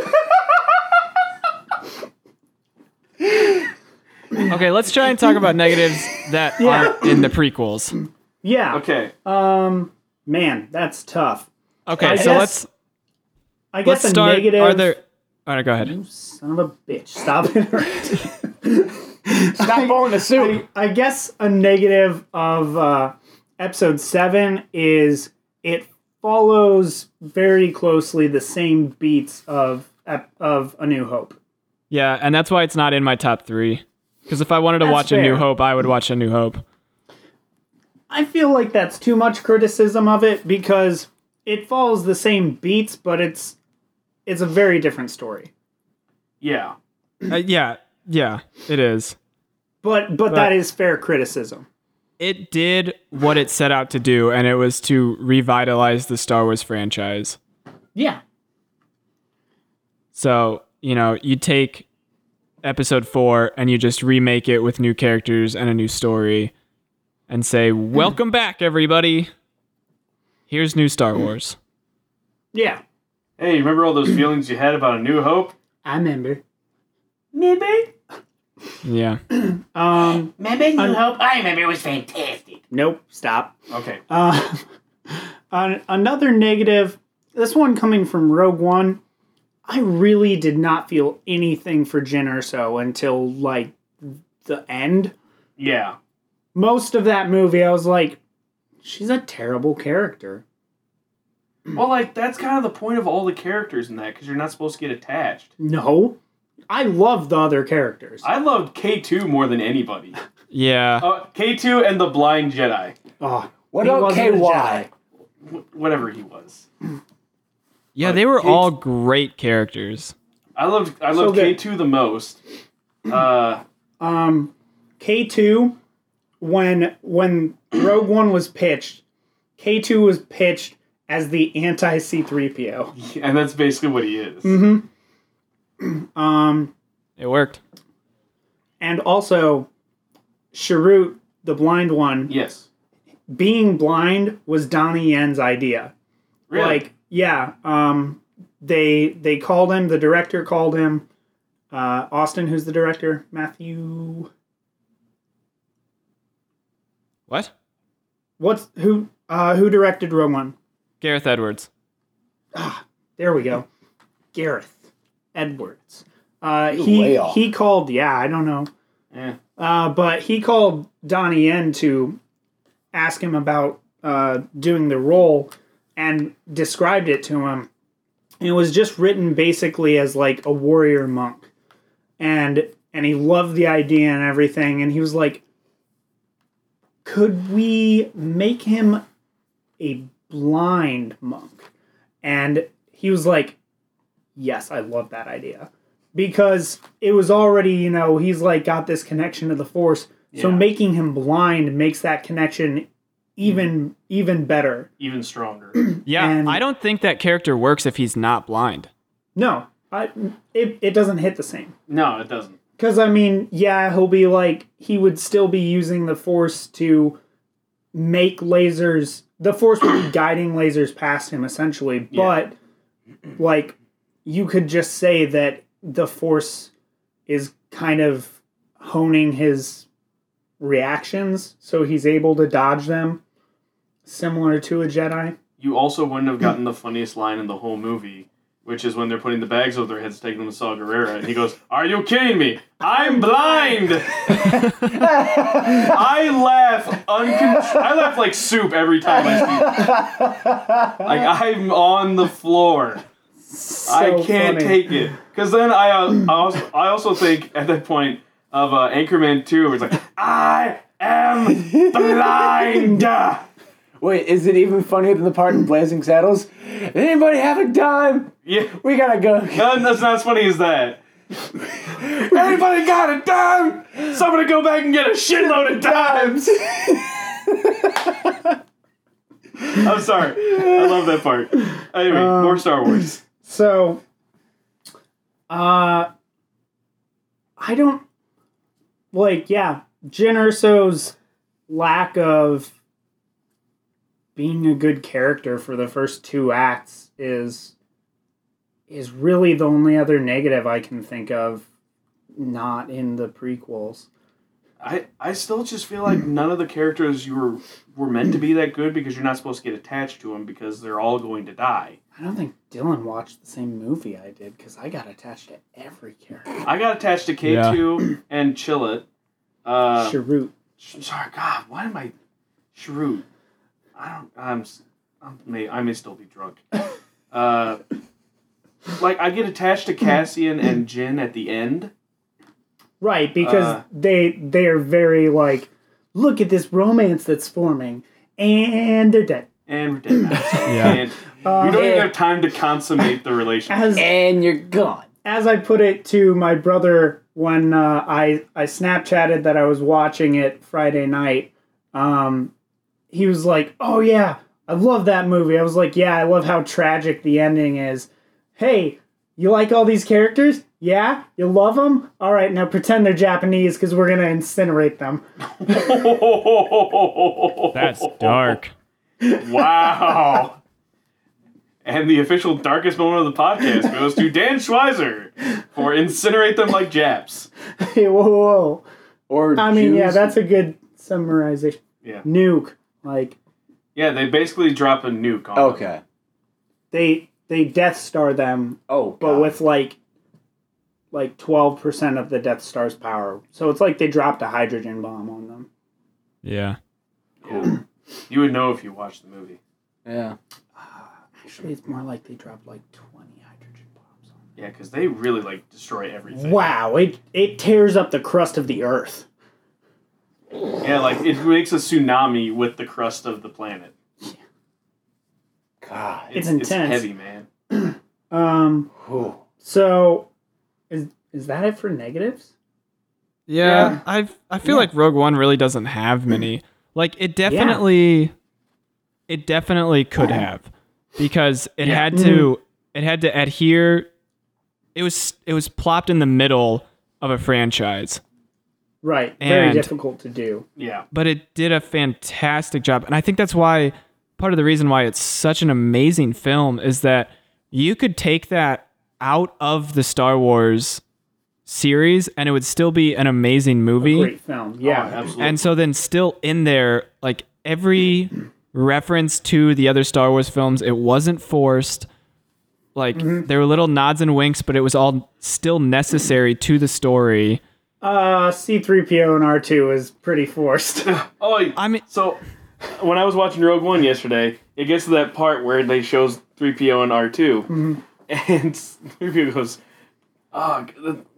D: Okay, let's try and talk about negatives
C: (laughs)
D: that aren't in the prequels.
C: (laughs) yeah.
A: Okay.
C: Um, man, that's tough.
D: Okay,
C: I
D: so
C: guess-
D: let's
C: I guess
D: let's
C: a
D: start.
C: negative.
D: Are there? All right, go ahead.
C: Son of a bitch! Stop it! (laughs)
B: Stop blowing the suit.
C: I guess a negative of uh, episode seven is it follows very closely the same beats of ep- of A New Hope.
D: Yeah, and that's why it's not in my top three. Because if I wanted to
C: That's
D: watch A New
C: fair.
D: Hope, I would watch A New Hope.
C: I feel like that's too much criticism of it because it follows the same beats, but it's it's a very different story.
A: Yeah.
D: Uh, yeah, yeah, it is.
C: But but that is fair criticism.
D: it did what it set out to do, and it was to revitalize the Star Wars franchise.
C: Yeah.
D: So, you know, you take episode four and you just remake it with new characters and a new story and say, Welcome back, everybody. Here's new Star Wars.
C: Yeah.
A: Hey, remember all those feelings you had about A New Hope?
E: I remember.
C: Maybe.
D: Yeah.
C: Um.
E: Maybe
C: Un-
E: hope. I remember it was fantastic.
C: Nope. Stop.
A: Okay.
C: Uh, (laughs) an- another negative. This one coming from Rogue One. I really did not feel anything for Jin Erso until like the end.
A: Yeah.
C: Most of that movie, I was like, she's a terrible character.
A: Well, like, that's kind of the point of all the characters in that, because you're not supposed to get attached.
C: No, I love the other characters.
A: I loved K2 more than anybody.
D: Yeah.
A: Uh, K2 and the Blind Jedi.
C: oh,
B: What
C: He
B: about
C: wasn't a
B: KY?
A: Wh- whatever he was.
D: Yeah, they were all great characters.
A: I loved, I loved
C: good.
A: K2 the most. Uh,
C: um, K two, when when (clears throat) Rogue One was pitched, K two was pitched as the anti C three PO.
A: and that's basically what he is.
C: Mm-hmm. Um.
D: It worked.
C: and also Sharut, the blind one,
A: Yes.
C: being blind was Donnie Yen's idea.
A: Really?
C: Like, yeah, um, they they called him. The director called him. Uh, Austin, who's the director? Matthew.
D: What?
C: What's who? Uh, who directed Rogue One?
D: Gareth Edwards.
C: There we go. Gareth Edwards. Uh,
B: You're
C: he
B: way off.
C: he called. Yeah, I don't know.
A: Eh.
C: Uh, but he called Donnie Yen to ask him about uh, doing the role and described it to him. And it was just written basically as like a warrior monk. And and he loved the idea and everything. And he was like, could we make him a blind monk? And he was like, yes, I love that idea because it was already, you know, he's like got this connection to the force. So
A: Yeah.
C: making him blind makes that connection even even better.
A: Even stronger.
D: Yeah,
C: And-
D: I don't think that character works if he's not blind.
C: No, I, it it doesn't hit the same.
A: no, it doesn't.
C: Because I mean, yeah, he'll be like he would still be using the force to make lasers. The force would be guiding lasers past him essentially, but like you could just say that the force is kind of honing his reactions so he's able to dodge them similar to a Jedi.
A: you also wouldn't
C: (clears throat)
A: have gotten the funniest line in the whole movie, which is when they're putting the bags over their heads, taking them to Saw Gerrera, and he goes, "Are you kidding me? I'm blind." I laugh uncontr- I laugh like soup every time I see. It.
C: (laughs)
A: Like I'm on the floor. I
C: So
A: can't
C: funny.
A: take it because then I, uh, I also I also think at that point of uh, Anchorman Two, where it's like I
C: (laughs)
A: am blind.
B: Wait, is it even funnier than the part in Blazing Saddles? Anybody have a dime?
A: Yeah.
B: We gotta
A: (laughs)
B: go.
A: No, that's not as funny as that. Anybody got a dime? Somebody go back and get a shitload of (laughs) dimes. I'm sorry. I love that part. Anyway, more Star Wars.
C: So, uh, I don't like, yeah, Jin Erso's lack of being a good character for the first two acts is is really the only other negative I can think of not in the prequels.
A: I, I still just feel like none of the characters you were were meant to be that good because you're not supposed to get attached to them because they're all going to die.
C: I don't think Dylan watched the same movie I did because I got attached to every character.
A: I got attached to K2 and Chillit. Uh,
C: Sharut.
A: I'm sorry, God, why am I shrewd? I don't. I'm. s- I'm may, I may still be drunk. Uh, like I get attached to Cassian and Jin at the end.
C: Right, because
A: Uh,
C: they they are very like, look at this romance that's forming, and they're dead.
A: And we're dead now. So, And
C: Uh,
A: we don't even have time to consummate the
C: (laughs)
A: relationship. (laughs)
C: As
B: And you're gone.
C: as I put it to my brother when uh, I I Snapchatted that I was watching it Friday night, um, he was like, "Oh yeah, I love that movie." I was like, "Yeah, I love how tragic the ending is." Hey, you like all these characters? Yeah, you love them. All right, now pretend they're Japanese because we're gonna incinerate them. (laughs)
D: That's dark. (laughs)
A: Wow. And the official darkest moment of the podcast goes to Dan Schweizer for incinerate them like Japs.
C: Hey, whoa, whoa, whoa.
B: Or
C: I mean, yeah,
B: Jews-
C: that's a good summarization.
A: Yeah.
C: Nuke, like
A: Yeah, they basically drop a nuke on them.
B: okay.
C: they they Death Star them
B: Oh,
C: but
B: God.
C: with like like 12% of the death star's power so it's like they dropped a hydrogen bomb on them
D: Yeah.
A: Yeah. (clears throat) You would know if you watched the movie.
B: yeah,
C: actually it's more like they dropped like 20 hydrogen bombs on
A: Yeah, because they really like destroy everything.
C: them wow it it tears up the crust of the earth
A: Yeah, like it makes a tsunami with the crust of the planet.
B: God. (laughs)
C: It's intense.
A: heavy, man.
C: um
B: Whew.
C: so is is that it for negatives
D: Yeah,
C: Yeah.
D: I I feel like Rogue One really doesn't have many. Like it definitely it definitely could have because it had to it had to adhere it was it was plopped in the middle of a franchise,
C: right very
D: And-
C: difficult to do
A: Yeah.
D: but it did a fantastic job. And I think that's why part of the reason why it's such an amazing film is that you could take that out of the Star Wars series and it would still be an amazing movie.
C: great film yeah
A: Absolutely.
D: And so then still in there, like every reference to the other Star Wars films, it wasn't forced. Like there were little nods and winks, but it was all still necessary to the story.
C: uh c3po and r2 is pretty
A: (laughs)
C: forced
A: oh, I-
D: I mean,
A: So, when I was watching Rogue One yesterday, it gets to that part where they shows 3PO and R2,
C: Mm-hmm.
A: and 3PO goes, "Ah,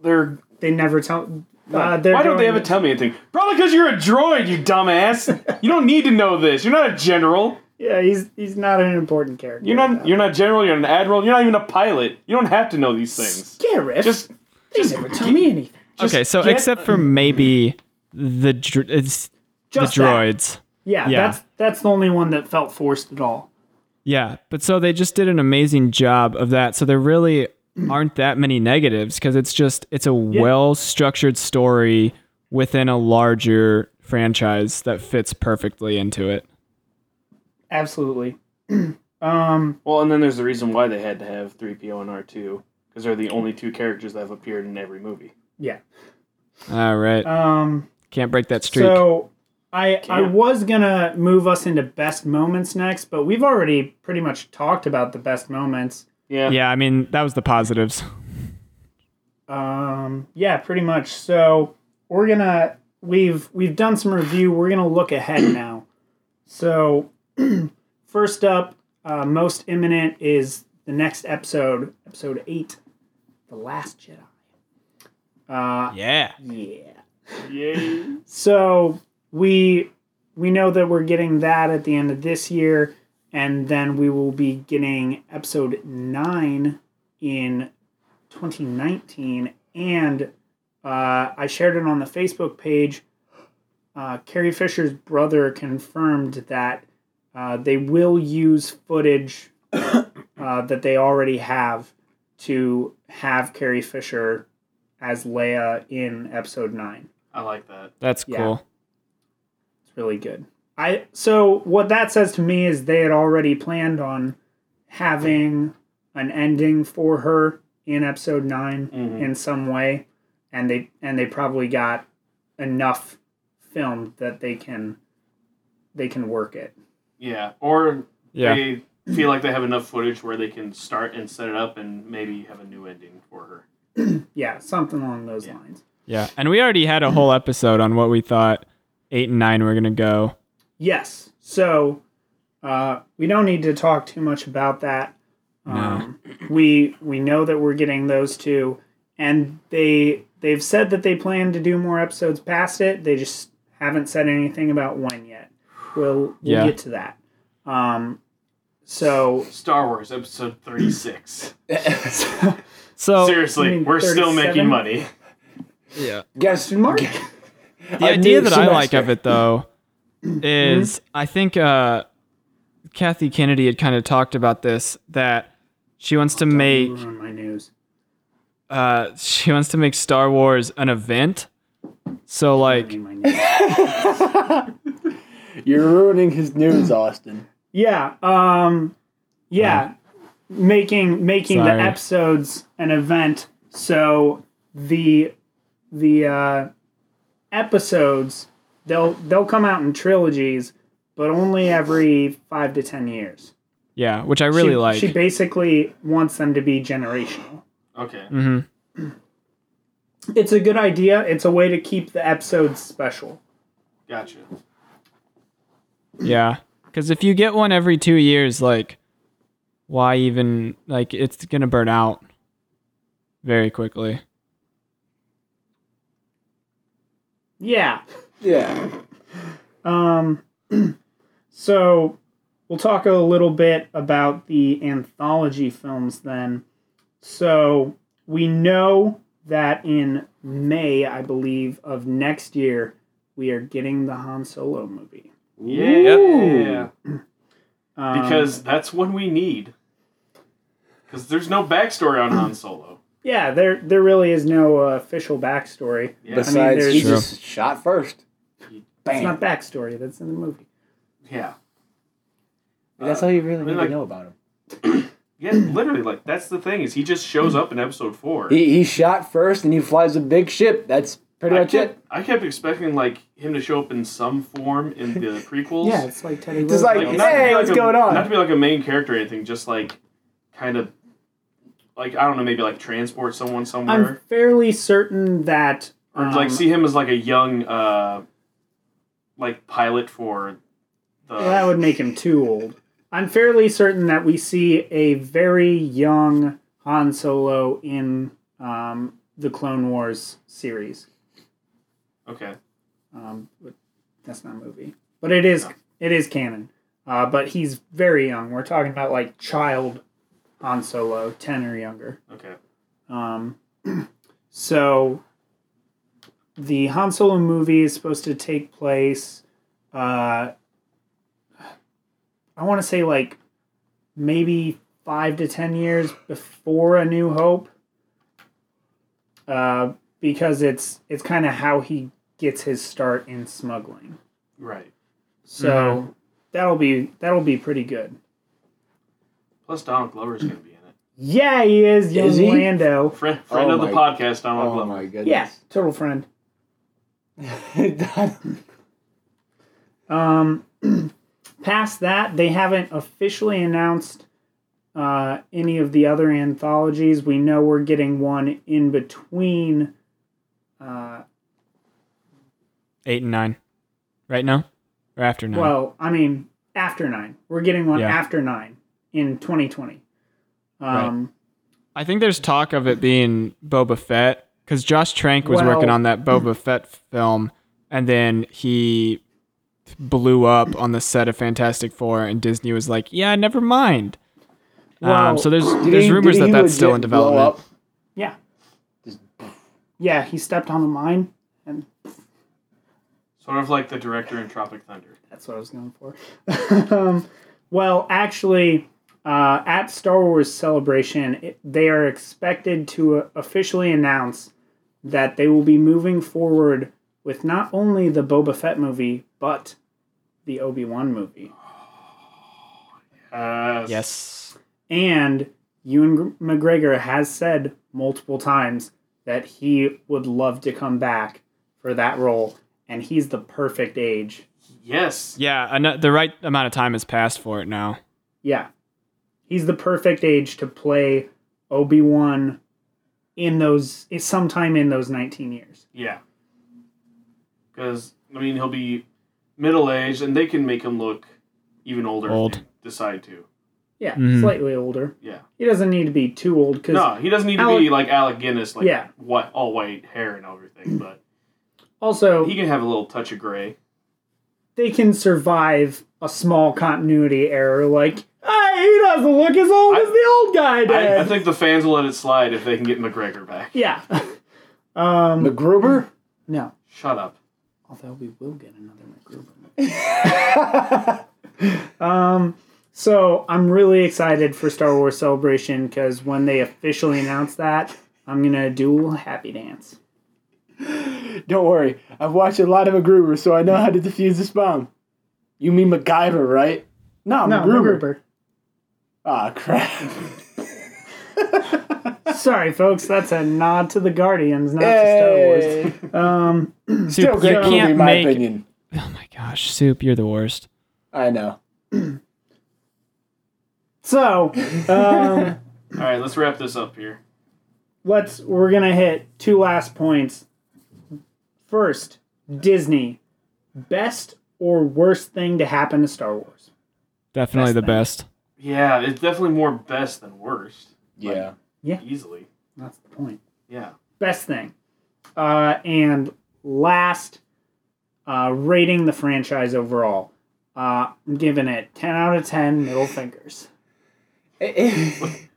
A: they're
C: they never tell uh, they're
A: why don't they
C: doing
A: ever
C: it-
A: tell me anything? Probably because you're a droid, you
C: (laughs)
A: dumbass. you don't need to know this. You're not a general.
C: yeah he's he's not an important character
A: You're not. You're not general. You're an admiral. You're not even a pilot. You don't have to know these things.
C: Garrett,
A: Just,
C: they never tell me anything
D: okay, so
A: get-
D: except for maybe the dr- it's
C: Just
D: the
C: that.
D: droids.
C: Yeah,
D: Yeah.
C: that's that's the only one that felt forced at all.
D: Yeah, but so they just did an amazing job of that. So there really aren't that many negatives because it's just it's a well-structured story within a larger franchise that fits perfectly into it.
C: Absolutely. (clears throat) um,
A: well, and then there's the reason why they had to have 3PO and R2 because they're the only two characters that have appeared in every movie.
C: yeah.
D: All right,
C: Um,
D: can't break that streak.
C: so I I
A: Yeah.
C: was gonna move us into best moments next, but we've already pretty much talked about the best moments.
A: Yeah.
D: yeah, I mean that was the positives.
C: Um, yeah, pretty much. So we're gonna we've we've done some review. We're gonna look ahead now. So (clears throat) first up, uh, most imminent is the next episode, episode eight, the Last Jedi. Uh,
D: Yeah,
C: yeah.
A: Yay.
C: So we we know that we're getting that at the end of this year, and then we will be getting episode nine in 2019. And uh, I shared it on the Facebook page. Uh, Carrie Fisher's brother confirmed that uh, they will use footage (coughs) uh, that they already have to have Carrie Fisher as Leia in episode nine.
A: I like that.
D: that's
C: Yeah.
D: cool.
C: It's really good. I so what that says to me is they had already planned on having an ending for her in episode 9 in some way and they and they probably got enough filmed that they can they can work it.
A: Yeah. Or
D: Yeah,
A: they feel like they have enough footage where they can start and set it up and maybe have a new ending for her.
C: Yeah, something along those lines.
D: yeah. And we already had a whole episode on what we thought eight and nine were gonna go.
C: Yes. So uh, we don't need to talk too much about that. Um, we we know that we're getting those two, and they they've said that they plan to do more episodes past it. They just haven't said anything about when yet. We'll we'll
D: Yeah.
C: get to that. Um, so
A: Star Wars Episode 36.
D: So
A: Seriously,
C: Oh, you mean
A: we're still
C: 37?
A: making money.
D: yeah,
B: Guess
C: Mark,
D: the idea that I like
B: semester.
D: of it though
C: Mm-hmm.
D: is I think uh, Kathy Kennedy had kind of talked about this that she wants to make
C: Ruin my news.
D: uh, she wants to make Star Wars an event. So like
C: Ruin my news.
B: (laughs) You're ruining his news, Austin.
C: Yeah. Um. Yeah. making making
D: Sorry.
C: the episodes an event. So the the uh, episodes they'll they'll come out in trilogies, but only every five to ten years.
D: yeah, which I really
C: she,
D: like.
C: She basically wants them to be generational.
A: Okay.
C: Mm. It's a good idea. It's a way to keep the episodes special.
A: Gotcha.
D: Yeah. Because if you get one every two years, like, why even, like, it's going to burn out very quickly.
C: Yeah.
B: Yeah.
C: Um, so we'll talk a little bit about the anthology films then. So we know that in May, I believe, of next year, we are getting the Han Solo movie.
A: Yeah.
C: Um,
A: Because that's one we need. Because there's no backstory on Han Solo.
C: yeah, there there really is no uh, official backstory.
A: Yeah.
B: Besides, he
C: there's-
B: just shot first. Bam.
C: It's not backstory that's in the movie.
A: yeah.
B: That's all you really
A: mean,
B: need
A: like-
B: to know about him.
A: Yeah, literally, like that's the thing is he just shows up in episode four.
B: He, he shot first and he flies a big ship. That's pretty
A: I
B: much it.
A: kept, I kept expecting like him to show up in some form in
B: (laughs)
A: the prequels.
C: Yeah, it's like Teddy.
B: Just
C: Roosevelt.
B: like,
A: not to be
B: hey,
A: like
B: what's
A: a-
B: going on?
A: Not to be like a main character or anything, just like kind of like I don't know, maybe like transport someone
C: I'm
A: somewhere.
C: fairly certain that
A: or like
C: um,
A: see him as like a young uh like pilot for the
C: Well, that would make him too old. I'm fairly certain that we see a very young Han Solo in um, the Clone Wars series.
A: Okay.
C: Um, but that's not a movie, but it is it is canon. Uh, but he's very young. We're talking about like child Han Solo, ten or younger.
A: Okay.
C: Um, so the Han Solo movie is supposed to take place. Uh, I want to say like maybe five to ten years before A New Hope, uh, because it's it's kind of how he gets his start in smuggling.
A: Right.
C: So that'll be that'll be pretty good.
A: Plus Donald Glover's gonna be in it.
C: Yeah, he is young
B: Is he?
C: Lando.
A: Friend friend
B: Oh
A: of the
B: my-
A: podcast, Donald
B: Oh
A: Glover.
B: my goodness.
C: Yeah,
B: (laughs)
C: total friend. Um, past that, they haven't officially announced uh, any of the other anthologies. We know we're getting one in between. Uh,
D: Eight and nine. Right now? Or after nine?
C: Well, I mean, after nine, we're getting one
D: Yeah.
C: after nine in 2020. Um,
D: I think there's talk of it being Boba Fett because Josh Trank was
C: Well-
D: working on that Boba Fett film, and then he blew up on the set of Fantastic Four, and Disney was like, "Yeah, never mind."
C: Well,
D: um, so there's
B: Did
D: there's
B: he-
D: rumors
B: did
D: that
B: he
D: that's still in
B: legit blow
D: development.
B: up?
C: yeah,
B: Just-
C: yeah. He stepped on the mine.
A: Sort of like the director in Tropic Thunder.
C: That's what I was going for. (laughs) um, well, actually, uh, at Star Wars Celebration, it, they are expected to uh, officially announce that they will be moving forward with not only the Boba Fett movie, but the Obi Wan movie.
A: Uh,
D: Yes.
C: And Ewan McGregor has said multiple times that he would love to come back for that role, and he's the perfect age.
A: Yes.
D: Yeah, ano- the right amount of time has passed for it now.
C: Yeah. He's the perfect age to play Obi Wan in those sometime in those 19 years.
A: Yeah. Because I mean, he'll be middle aged, and they can make him look even older.
D: Old.
A: If they decide to.
C: Yeah,
D: Mhm.
C: slightly older.
A: Yeah.
C: He doesn't need to be too old because
A: No, he doesn't need to be like Alec Guinness, like
C: Yeah.
A: what all white hair and everything, but
C: also
A: he can have a little touch of gray.
C: they can survive a small continuity error like hey, he doesn't look as old
A: I-
C: as the old guy did.
A: I, I think the fans will let it slide if they can get McGregor back.
C: yeah. um
B: MacGruber?
C: (laughs) no.
A: Shut up.
C: Oh Although we will get another MacGruber. um, so I'm really excited for Star Wars Celebration because when they officially announce that, I'm gonna do a little happy dance.
B: Don't worry, I've watched a lot of MacGruber, so I know how to defuse this bomb. You mean MacGyver, right? No,
C: No,
B: MacGruber.
C: MacGruber.
B: Ah, crap.
C: Sorry, folks. That's a nod to the Guardians, not
B: (laughs)
C: to
B: Hey.
C: Star Wars. Um,
D: Soup, you
B: movie,
D: can't
B: my
D: make.
B: opinion.
D: Oh my gosh, Soup, you're the worst.
B: I know.
C: so um, (laughs)
A: All right, let's wrap this up here.
C: let's. We're gonna hit two last points. First, Disney. Best or worst thing to happen to Star Wars?
D: Definitely
C: Best
D: the
C: thing.
D: best.
A: Yeah, it's definitely more best than worst.
B: Yeah.
A: Easily.
C: That's the point.
A: Yeah.
C: best thing. Uh, and last, uh, rating the franchise overall. Uh, I'm giving it 10 out of 10 middle fingers.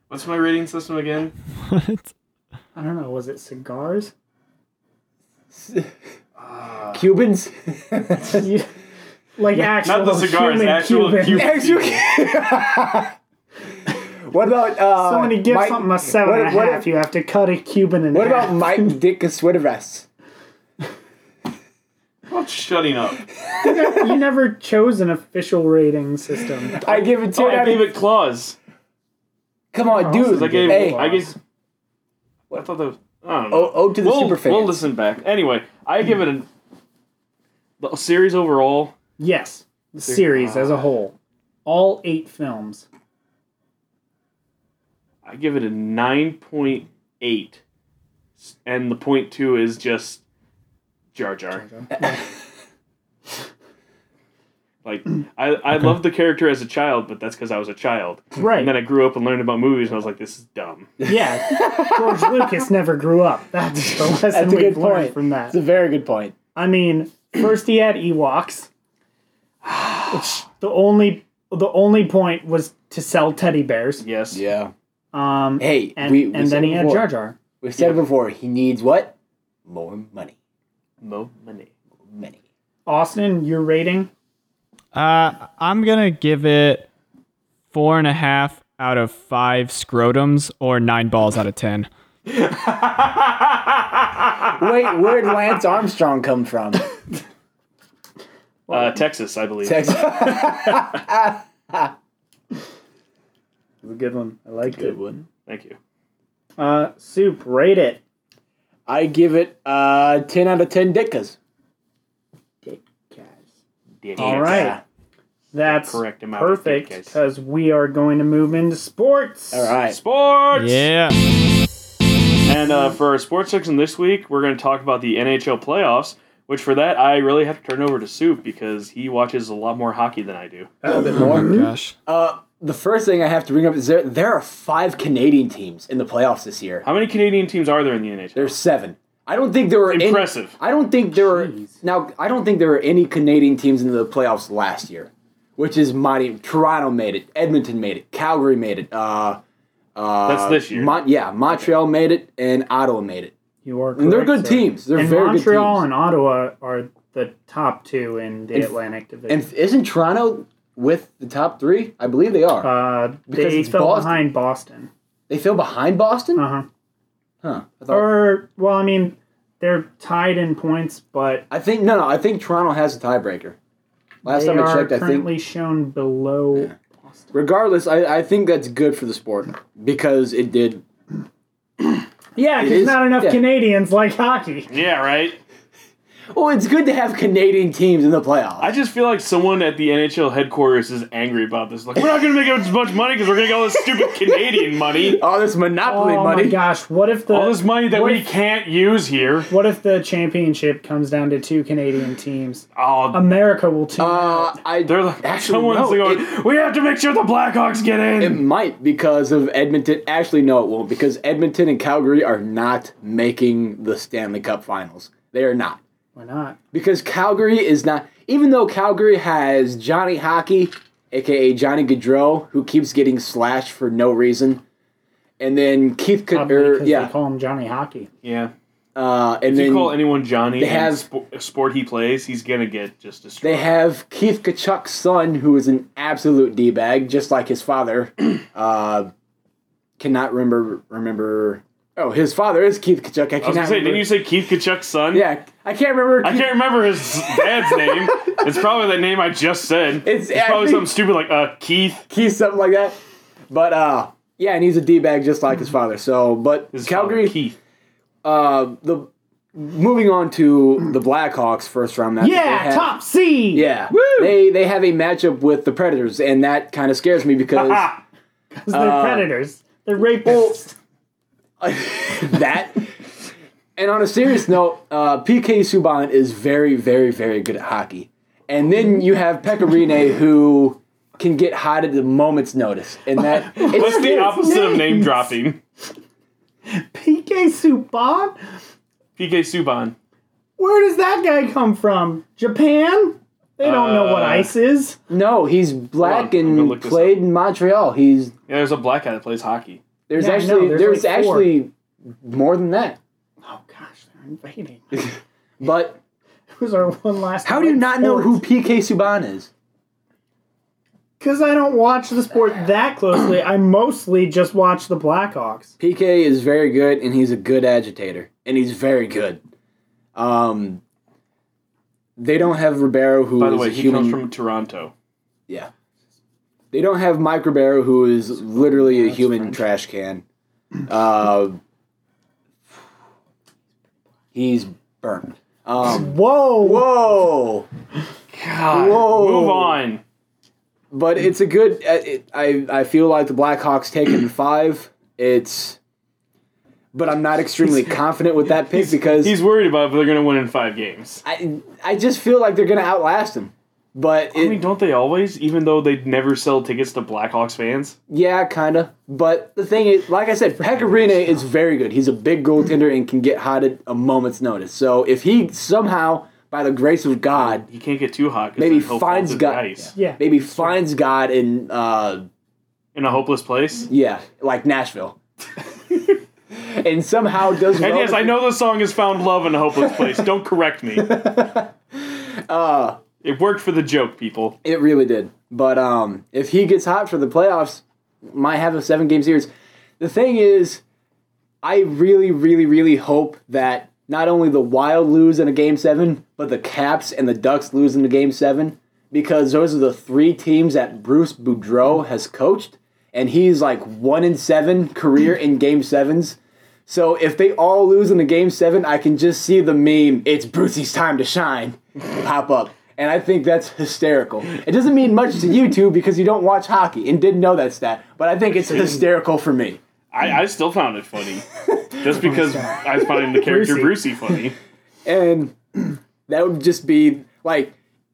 A: What's my rating system again?
D: What?
C: I don't know, was it cigars?
B: (laughs) (laughs) Cubans?
C: You- like actual
A: Not the cigars,
C: human
A: actual
C: Cuban.
A: Cuban.
B: Actual. (laughs) what about uh?
C: (laughs) Somebody give
B: Mike-
C: something a seven
B: what-
C: and a half.
B: what-
C: You have to cut a Cuban in
B: What
C: half.
B: about Mike Dick Sweatervest?
A: Oh, shutting up.
C: you never chose an official rating system.
B: (laughs) I give it two
A: Oh, I
B: out
A: gave
B: of.
A: it claws.
B: Come on, dude.
A: I gave.
B: hey,
A: I gave. I thought that was. I don't know.
B: O- ode to the
A: we'll,
B: oh, super fan.
A: we'll listen back. Anyway, I give it a the series overall.
C: Yes, the series as a whole, all eight films.
A: I give it a nine point eight, and the point two is just Jar Jar. (laughs) like I, I loved the character as a child, but that's because I was a child.
C: Right.
A: And then I grew up and learned about movies, and I was like, this is dumb.
C: Yeah, George Lucas never grew up. That's the lesson
B: That's a
C: we've
B: good
C: learned
B: point.
C: from
B: That's
C: that.
B: a very good point.
C: I mean, first he had Ewoks. the only the only point was to sell teddy bears.
A: Yes.
B: Yeah.
C: Um,
B: Hey,
C: and,
B: we, we
C: and
B: said
C: then he had
B: before.
C: Jar Jar.
B: We've said it before. He needs what? More money.
A: Mo money.
B: Money.
C: Austin, your rating?
D: Uh, I'm gonna give it four and a half out of five scrotums, or nine balls out of ten.
B: Wait, where'd Lance Armstrong come (laughs) from?
A: Uh, Texas, I believe.
B: Texas.
C: A good one. I liked it.
B: one.
A: Thank you.
C: Uh, Soup, rate it.
B: I give it uh, 10 out of 10 dickas.
C: All right,
B: Yeah.
C: that's
A: correct amount of
C: perfect
A: dick, guys.
C: because we are going to move into sports.
B: All right.
A: Sports.
D: Yeah.
A: And uh, for our sports section this week, we're going to talk about the NHL playoffs. Which for that, I really have to turn over to Soup because he watches a lot more hockey than I do.
B: A little bit more.
D: Gosh.
B: Uh, the first thing I have to bring up is there, there are five Canadian teams in the playoffs this year.
A: How many Canadian teams are there in the NHL?
B: There's seven. I don't think there were any-
A: Impressive.
B: I don't think there were now. I don't think there were any Canadian teams in the playoffs last year, which is mighty. Toronto made it. Edmonton made it. Calgary made it. Uh, uh,
A: That's this year.
B: Mon- yeah, Montreal made it, and Ottawa made it.
C: You are.
B: And they're
C: correct,
B: good
C: sir.
B: teams. They're
C: and
B: very
C: Montreal
B: good teams.
C: and Ottawa are the top two in the
B: And-
C: Atlantic Division.
B: And, isn't Toronto with the top three? I believe they are.
C: uh,
B: because
C: they
B: it's
C: fell
B: Boston.
C: behind Boston.
B: they fell behind Boston.
C: Uh huh.
B: huh. I, thought-
C: Or well, I mean, they're tied in points, but
B: I think no, no. I think Toronto has a tiebreaker. Last
C: they
B: time I
C: are
B: checked, I think
C: currently shown below.
B: Regardless, I, I think that's good for the sport because it did.
C: Yeah,
B: is-
C: because not enough
B: yeah.
C: Canadians like hockey.
A: Yeah, right.
B: Oh, it's good to have Canadian teams in the playoffs.
A: I just feel like someone at the NHL headquarters is angry about this. Like, we're not going to make as much money because we're going to get all this
B: (laughs)
A: stupid Canadian money,
B: all this monopoly
C: Oh
B: money.
C: my gosh! What if the
A: all this money that
C: what
A: we
C: if-
A: can't use here.
C: what if the championship comes down to two Canadian teams?
A: Oh,
C: America will tune out.
B: Uh, I
A: they're like,
B: Um, actually
A: someone's
B: no,
A: going.
B: It,
A: we have to make sure the Blackhawks get in.
B: it might because of Edmonton. Actually, no, it won't because Edmonton and Calgary are not making the Stanley Cup Finals. They are not
C: Why not?
B: because Calgary is not. Even though Calgary has Johnny Hockey, aka Johnny Gaudreau, who keeps getting slashed for no reason, and then Keith, Ka-
C: Probably
B: or,
C: because
B: er, yeah,
C: they call him Johnny Hockey.
A: yeah.
B: Uh, and
A: If
B: then
A: you call anyone Johnny,
B: They
A: in
B: have-
A: spo- sport he plays, he's gonna get just destroyed.
B: They have Keith Kachuk's son, who is an absolute d bag, just like his father. (clears throat) uh, cannot remember remember. Oh, his father is Keith Kachuk. I
A: I was
B: cannot.
A: gonna say,
B: remember.
A: didn't you say Keith Kachuk's son?
B: yeah, I can't remember.
A: I
B: Keith-
A: can't remember his dad's name. It's probably that name I just said.
B: It's-
A: It's,
B: I
A: probably
B: think-
A: something stupid like uh Keith.
B: Keith something like that. But uh, yeah, and he's a d bag just like his father. So, but
A: Mm-hmm. His
B: Calgary.
A: father, Keith.
B: Uh, the moving on to the Blackhawks first round match.
C: Yeah,
B: they had-
C: top seed.
B: Yeah, they they have a matchup with the Predators, and that kind of scares me
A: (laughs)
B: because
A: Ah,
C: because they're
B: Uh,
C: predators. They're rapists.
B: that. And on a serious note, uh, PK Subban is very, very, very good at hockey. And then you have Pecorine who can get hot at the moment's notice, and that
A: (laughs) that's
B: it's
A: the opposite of name
B: (laughs)
C: names.
A: dropping.
C: PK Subban.
A: PK Subban.
C: Where does that guy come from? Japan? They don't know what
A: Uh,
C: ice is.
B: no. He's black
A: Hold on, I'm gonna
B: and
A: look this
B: played in Montreal. He's
A: Yeah, there's a black guy that plays hockey.
B: there's
C: Yeah, I know,
B: actually
C: there's
B: there's,
C: like four.
B: actually more than that.
C: Oh gosh, they're invading.
B: But
C: Who's our one last?
B: how do you not know who PK Subban is?
C: Because I don't watch the sport that closely. I mostly just watch the Blackhawks.
B: PK is very good, and he's a good agitator, and he's very good. Um, they don't have Ribeiro, who
A: By the
B: is
A: way,
B: a
A: he
B: human.
A: comes from Toronto.
B: yeah, they don't have Mike Ribeiro, who is literally a human trash can. Uh, he's burnt. Um,
C: Whoa!
B: whoa,
A: God,
B: Whoa.
A: move on.
B: but it's a good. uh, It, I I feel like the Blackhawks taking five. It's, but I'm
A: (laughs)
B: not extremely confident with that pick because
A: He's worried about if they're gonna win in five games.
B: I I just feel like they're gonna outlast him. But it,
A: I mean, don't they always? Even though they never sell tickets to Blackhawks fans.
B: yeah, kinda. But the thing is, like I said, Pecorino is very good. He's a big goaltender and can get hot at a moment's notice. So if he somehow, by the grace of God,
A: He can't get too hot. 'cause
B: Maybe
A: then he'll fall
B: finds
A: through the
B: God-
A: ice.
C: Yeah.
B: maybe finds God in uh,
A: in a hopeless place.
B: yeah, like
A: (laughs)
B: Nashville, and somehow does well.
A: And yes, I know the song is "Found Love in a Hopeless Place." Don't correct
B: (laughs)
A: me. Uh, it worked for the joke, people.
B: It really did. But um, if he gets hot for the playoffs, might have a seven game series. The thing is, I really, really, really hope that not only the Wild lose in a game seven, but the Caps and the Ducks lose in a game seven because those are the three teams that Bruce Boudreau has coached, and he's like one in seven career in game sevens. So if they all lose in the game seven, I can just see the meme. It's Brucey's time
A: (laughs)
B: to shine, pop up, and I think that's hysterical. It doesn't mean much to you two because you don't watch hockey and didn't know that stat, but I think it's hysterical for me.
A: I, I still found it funny, just because I found the character Brucey
B: (laughs)
A: funny.
B: and (clears throat) that would just be like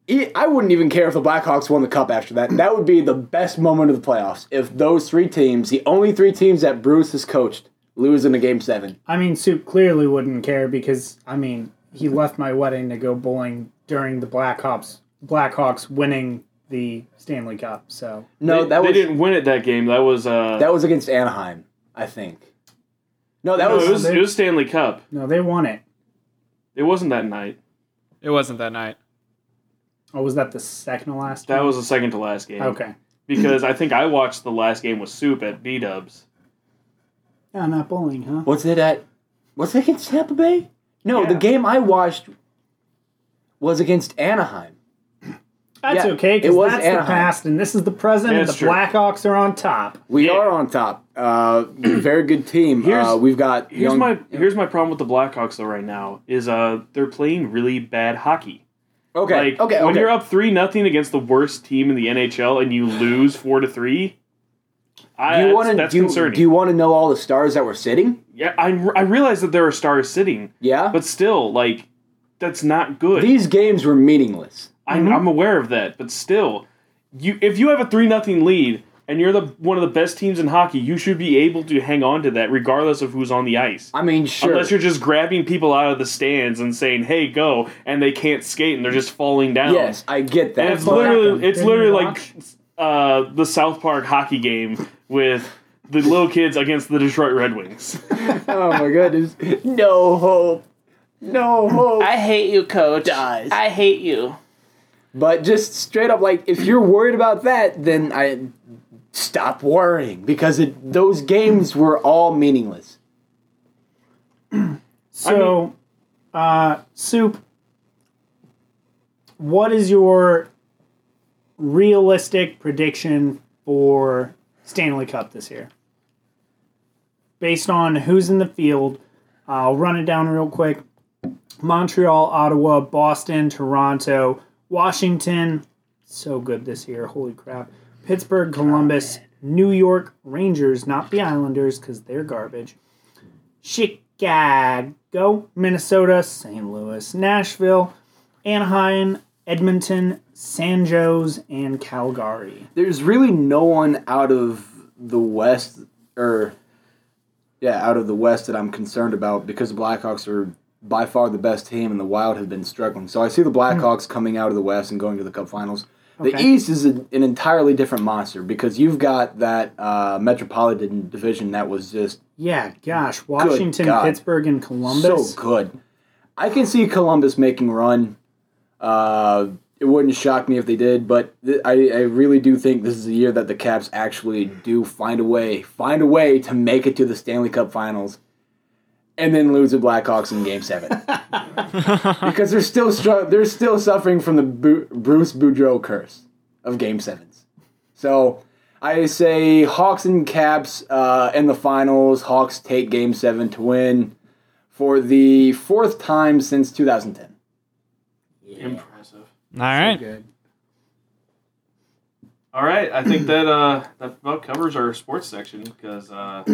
B: e- I wouldn't even care if the Blackhawks won the cup after that. That would be the best moment of the playoffs if those three teams, the only three teams that Bruce has coached, lose in the game seven.
C: I mean, Soup clearly wouldn't care because I mean he left my wedding to go bowling during the Blackhawks Blackhawks winning the Stanley Cup. So
B: No,
A: they,
B: Oh, that
A: they
B: was
A: didn't win it that game. That was uh,
B: that was against Anaheim, I think. No, that
A: no,
B: was,
A: it was it was Stanley Cup.
C: no, they won it.
A: It wasn't that night.
D: It wasn't that night.
C: Oh, was that the second to last?
A: That
C: one?
A: was the second to last game.
C: okay.
A: Because I think I watched the last game with Soup at B Dubs.
C: No, not bowling, huh?
B: what's it at? Was it against Tampa Bay? No, the
A: Yeah.
B: game I watched was against Anaheim.
C: That's
B: Yeah,
C: okay
B: it
C: because
B: was
C: that's
B: Anaheim.
C: the past and this is the present.
A: Yeah,
C: and the
A: that's true.
C: Blackhawks are on top.
B: We
A: Yeah.
B: are on top. Uh, (clears throat) very good team. uh,
A: Here's-
B: we've got
A: Here's
B: young,
A: my here's my problem with the Blackhawks though right now is uh they're playing really bad hockey.
B: okay,
A: Like
B: okay,
A: when
B: okay.
A: you're up three nothing against the worst team in the NHL and you lose four to three, I,
B: Do you
A: that's,
B: want to
A: that's
B: do, you-
A: concerning.
B: do you want to know all the stars that were sitting?
A: yeah, I, I realize that there are stars sitting,
B: Yeah.
A: but still, like that's not good.
B: These games were meaningless.
A: I, I'm aware of that, but still, you if you have a three nothing lead and you're the one of the best teams in hockey, you should be able to hang on to that regardless of who's on the ice.
B: I mean, sure.
A: Unless you're just grabbing people out of the stands and saying, "Hey, go!" and they can't skate and they're just falling down.
B: yes, I get that.
A: And it's
B: but-
A: literally it's
C: Didn't
A: literally
C: you
A: like uh, the South Park hockey game with the little kids against the Detroit Red Wings.
F: (laughs)
B: oh my goodness, no hope, No hope.
F: I hate you, coach.
B: Dies.
F: I hate you.
B: But just straight up, like, if you're worried about that, then I stop worrying because it, those games were all meaningless.
C: So, uh, soup. What is your realistic prediction for Stanley Cup this year? Based on who's in the field, I'll run it down real quick. Montreal, Ottawa, Boston, Toronto, Washington. So good this year. Holy crap. Pittsburgh, Columbus, New York, Rangers, not the Islanders because they're garbage. Chicago, Minnesota, St. Louis, Nashville, Anaheim, Edmonton, San Jose, and Calgary.
B: There's really no one out of the West, or yeah, out of the West that I'm concerned about because the Blackhawks are by far the best team and the Wild have been struggling. So I see the Blackhawks coming out of the West and going to the Cup Finals. The
C: Okay.
B: East is an an entirely different monster because you've got that uh, Metropolitan division that was just
C: Yeah, gosh, Washington,
B: God.
C: Pittsburgh, and Columbus.
B: So good. I can see Columbus making a run. Uh, it wouldn't shock me if they did, but th- I, I really do think this is the year that the Caps actually do find a way, find a way to make it to the Stanley Cup Finals, and then lose the Blackhawks in Game Seven because they're still str- they're still suffering from the Bu- Bruce Boudreau curse of Game Sevens. So I say Hawks and Caps uh, in the finals. Hawks take Game Seven to win for the fourth time since 2010.
A: Impressive.
D: All right.
E: Good.
A: All right, I think that uh, that about covers our sports section because uh, (laughs)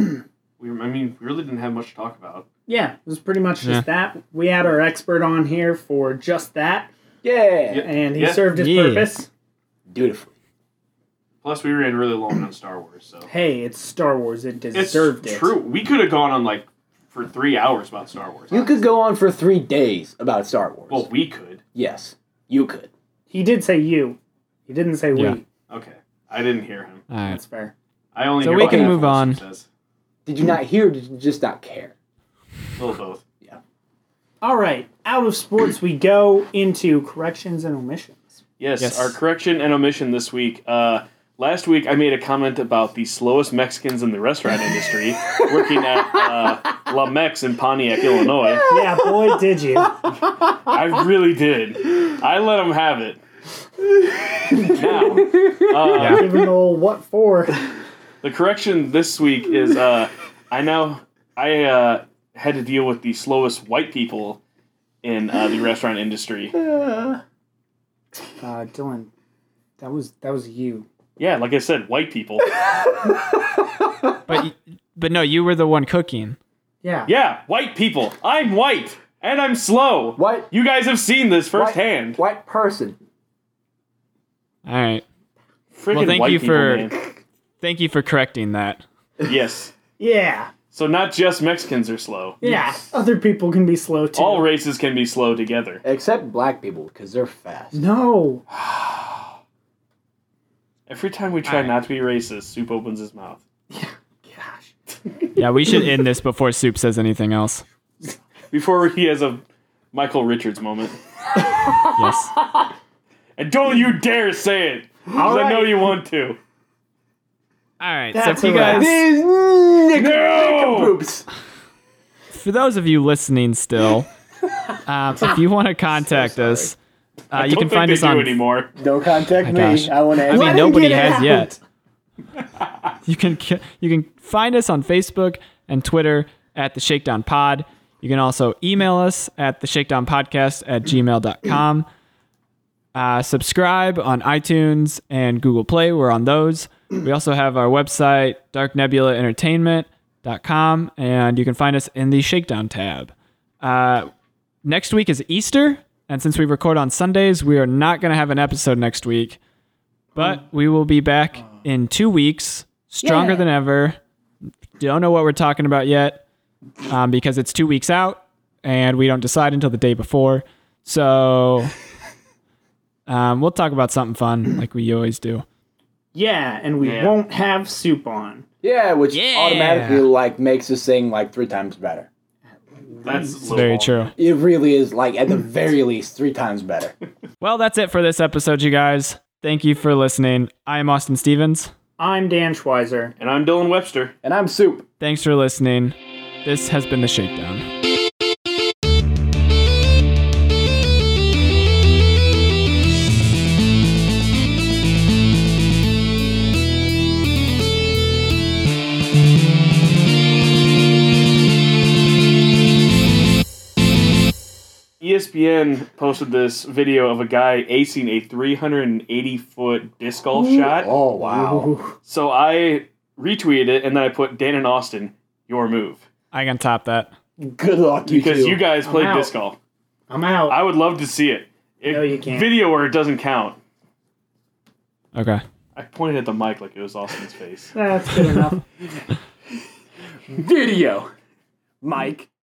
A: we, I mean, we really didn't have much to talk about.
C: yeah, it was pretty much just that. We had our expert on here for just that,
B: Yeah,
A: Yeah.
C: and he
A: Yeah.
C: served his
D: Yeah.
C: purpose.
B: dutifully.
A: Plus, we ran really long on Star Wars, so
C: Hey, it's Star Wars. It
A: it's
C: deserved it.
A: true. We could have gone on like for three hours about Star
C: (laughs)
A: Wars.
B: You could go on for three days about Star Wars.
A: Well, we could.
B: yes, you could.
C: He did say you. He didn't say
D: Yeah.
C: we.
A: Okay, I didn't hear him.
D: All right.
C: That's fair.
A: I only.
D: So
A: hear
D: we
A: what
D: can
A: that
D: move
A: voice
D: on.
A: Says.
B: Did you not hear? Or did you just not care?
A: A little both.
C: All right, out of sports we go into corrections and omissions.
A: Yes,
D: Yes.
A: our correction and omission this week. Uh, last week, I made a comment about the slowest Mexicans in the restaurant industry working at uh, La Mex in Pontiac, Illinois.
C: Yeah, boy, did you.
A: I really did. I let them have it. Now, uh,
C: Give him the old what for.
A: the correction this week is uh, I now I uh, had to deal with the slowest white people in uh, the restaurant industry.
C: (laughs) Uh, Dylan, that was that was you.
A: Yeah, like I said, white people.
D: But y- but no, you were the one cooking.
C: Yeah.
A: Yeah, white people. I'm white and I'm slow.
B: White,
A: You guys have seen this firsthand.
B: white person.
D: All right.
A: Freaking
D: Well, thank
A: white
D: you
A: people,
D: for-
A: man.
D: Thank you for correcting that.
A: yes.
C: Yeah.
A: So not just Mexicans are slow.
C: Yeah. Other people can be slow too.
A: All races can be slow together.
B: Except black people, because they're fast.
C: (gasps) No.
A: Every time we try not to be racist, Soup opens his mouth.
C: Gosh.
D: Yeah, we should end this before Soup says anything else.
A: Before he has a Michael Richards moment.
D: Yes.
A: And don't you dare say it! Because I know you want to.
D: All right.
C: That's
D: so if you
C: a wrap.
D: guys,
B: These nigga- nigga
A: No!
B: boobs.
D: for those of you listening
A: (laughs)
D: still, um, if you want to contact us, uh, you
A: don't
D: can
A: think
D: find
A: they
D: us
A: do
D: on.
A: anymore.
B: Don't contact
D: Oh gosh.
B: me. I want to
D: I
B: ask.
D: mean,
C: him
D: nobody
C: get it
D: has
C: out.
D: yet. (laughs) You can ki- you can find us on Facebook and Twitter at the Shakedown Pod. You can also email us at the Shakedown Podcast at gmail.com. Uh, subscribe on iTunes and Google Play. We're on those. We also have our website, darknebulaentertainment.com, and you can find us in the Shakedown tab. Uh, next week is Easter, and since we record on Sundays, we are not going to have an episode next week. But Mm. we will be back in two weeks, stronger than ever. Don't know what we're talking about yet um, because it's two weeks out and we don't decide until the day before. So um, we'll talk about something fun like we always do.
C: Yeah, and we
A: Yeah.
C: won't have soup on.
B: Yeah, which
D: Yeah.
B: automatically like makes this thing like three times better.
A: That's
D: Very
A: lowball.
D: true.
B: It really is like at the
D: (clears throat)
B: very least three times better.
D: Well, that's it for this episode, you guys. Thank you for listening. I am Austin Stevens.
C: I'm Dan Schweizer.
A: And I'm Dylan Webster.
B: And I'm soup.
D: Thanks for listening. This has been The Shakedown.
A: E ESPN posted this video of a guy acing a 380 foot disc golf shot.
B: Oh wow.
A: So I retweeted it and then I put Dan and Austin, your move.
D: I can top that.
B: Good luck, you
A: Because
B: two.
A: you guys played
C: out.
A: disc golf.
C: I'm out.
A: I would love to see it. It-
C: No, you can't.
A: Video where it doesn't count.
D: Okay.
A: I pointed at the mic like it was Austin's face.
C: That's good enough.
B: video. Mike.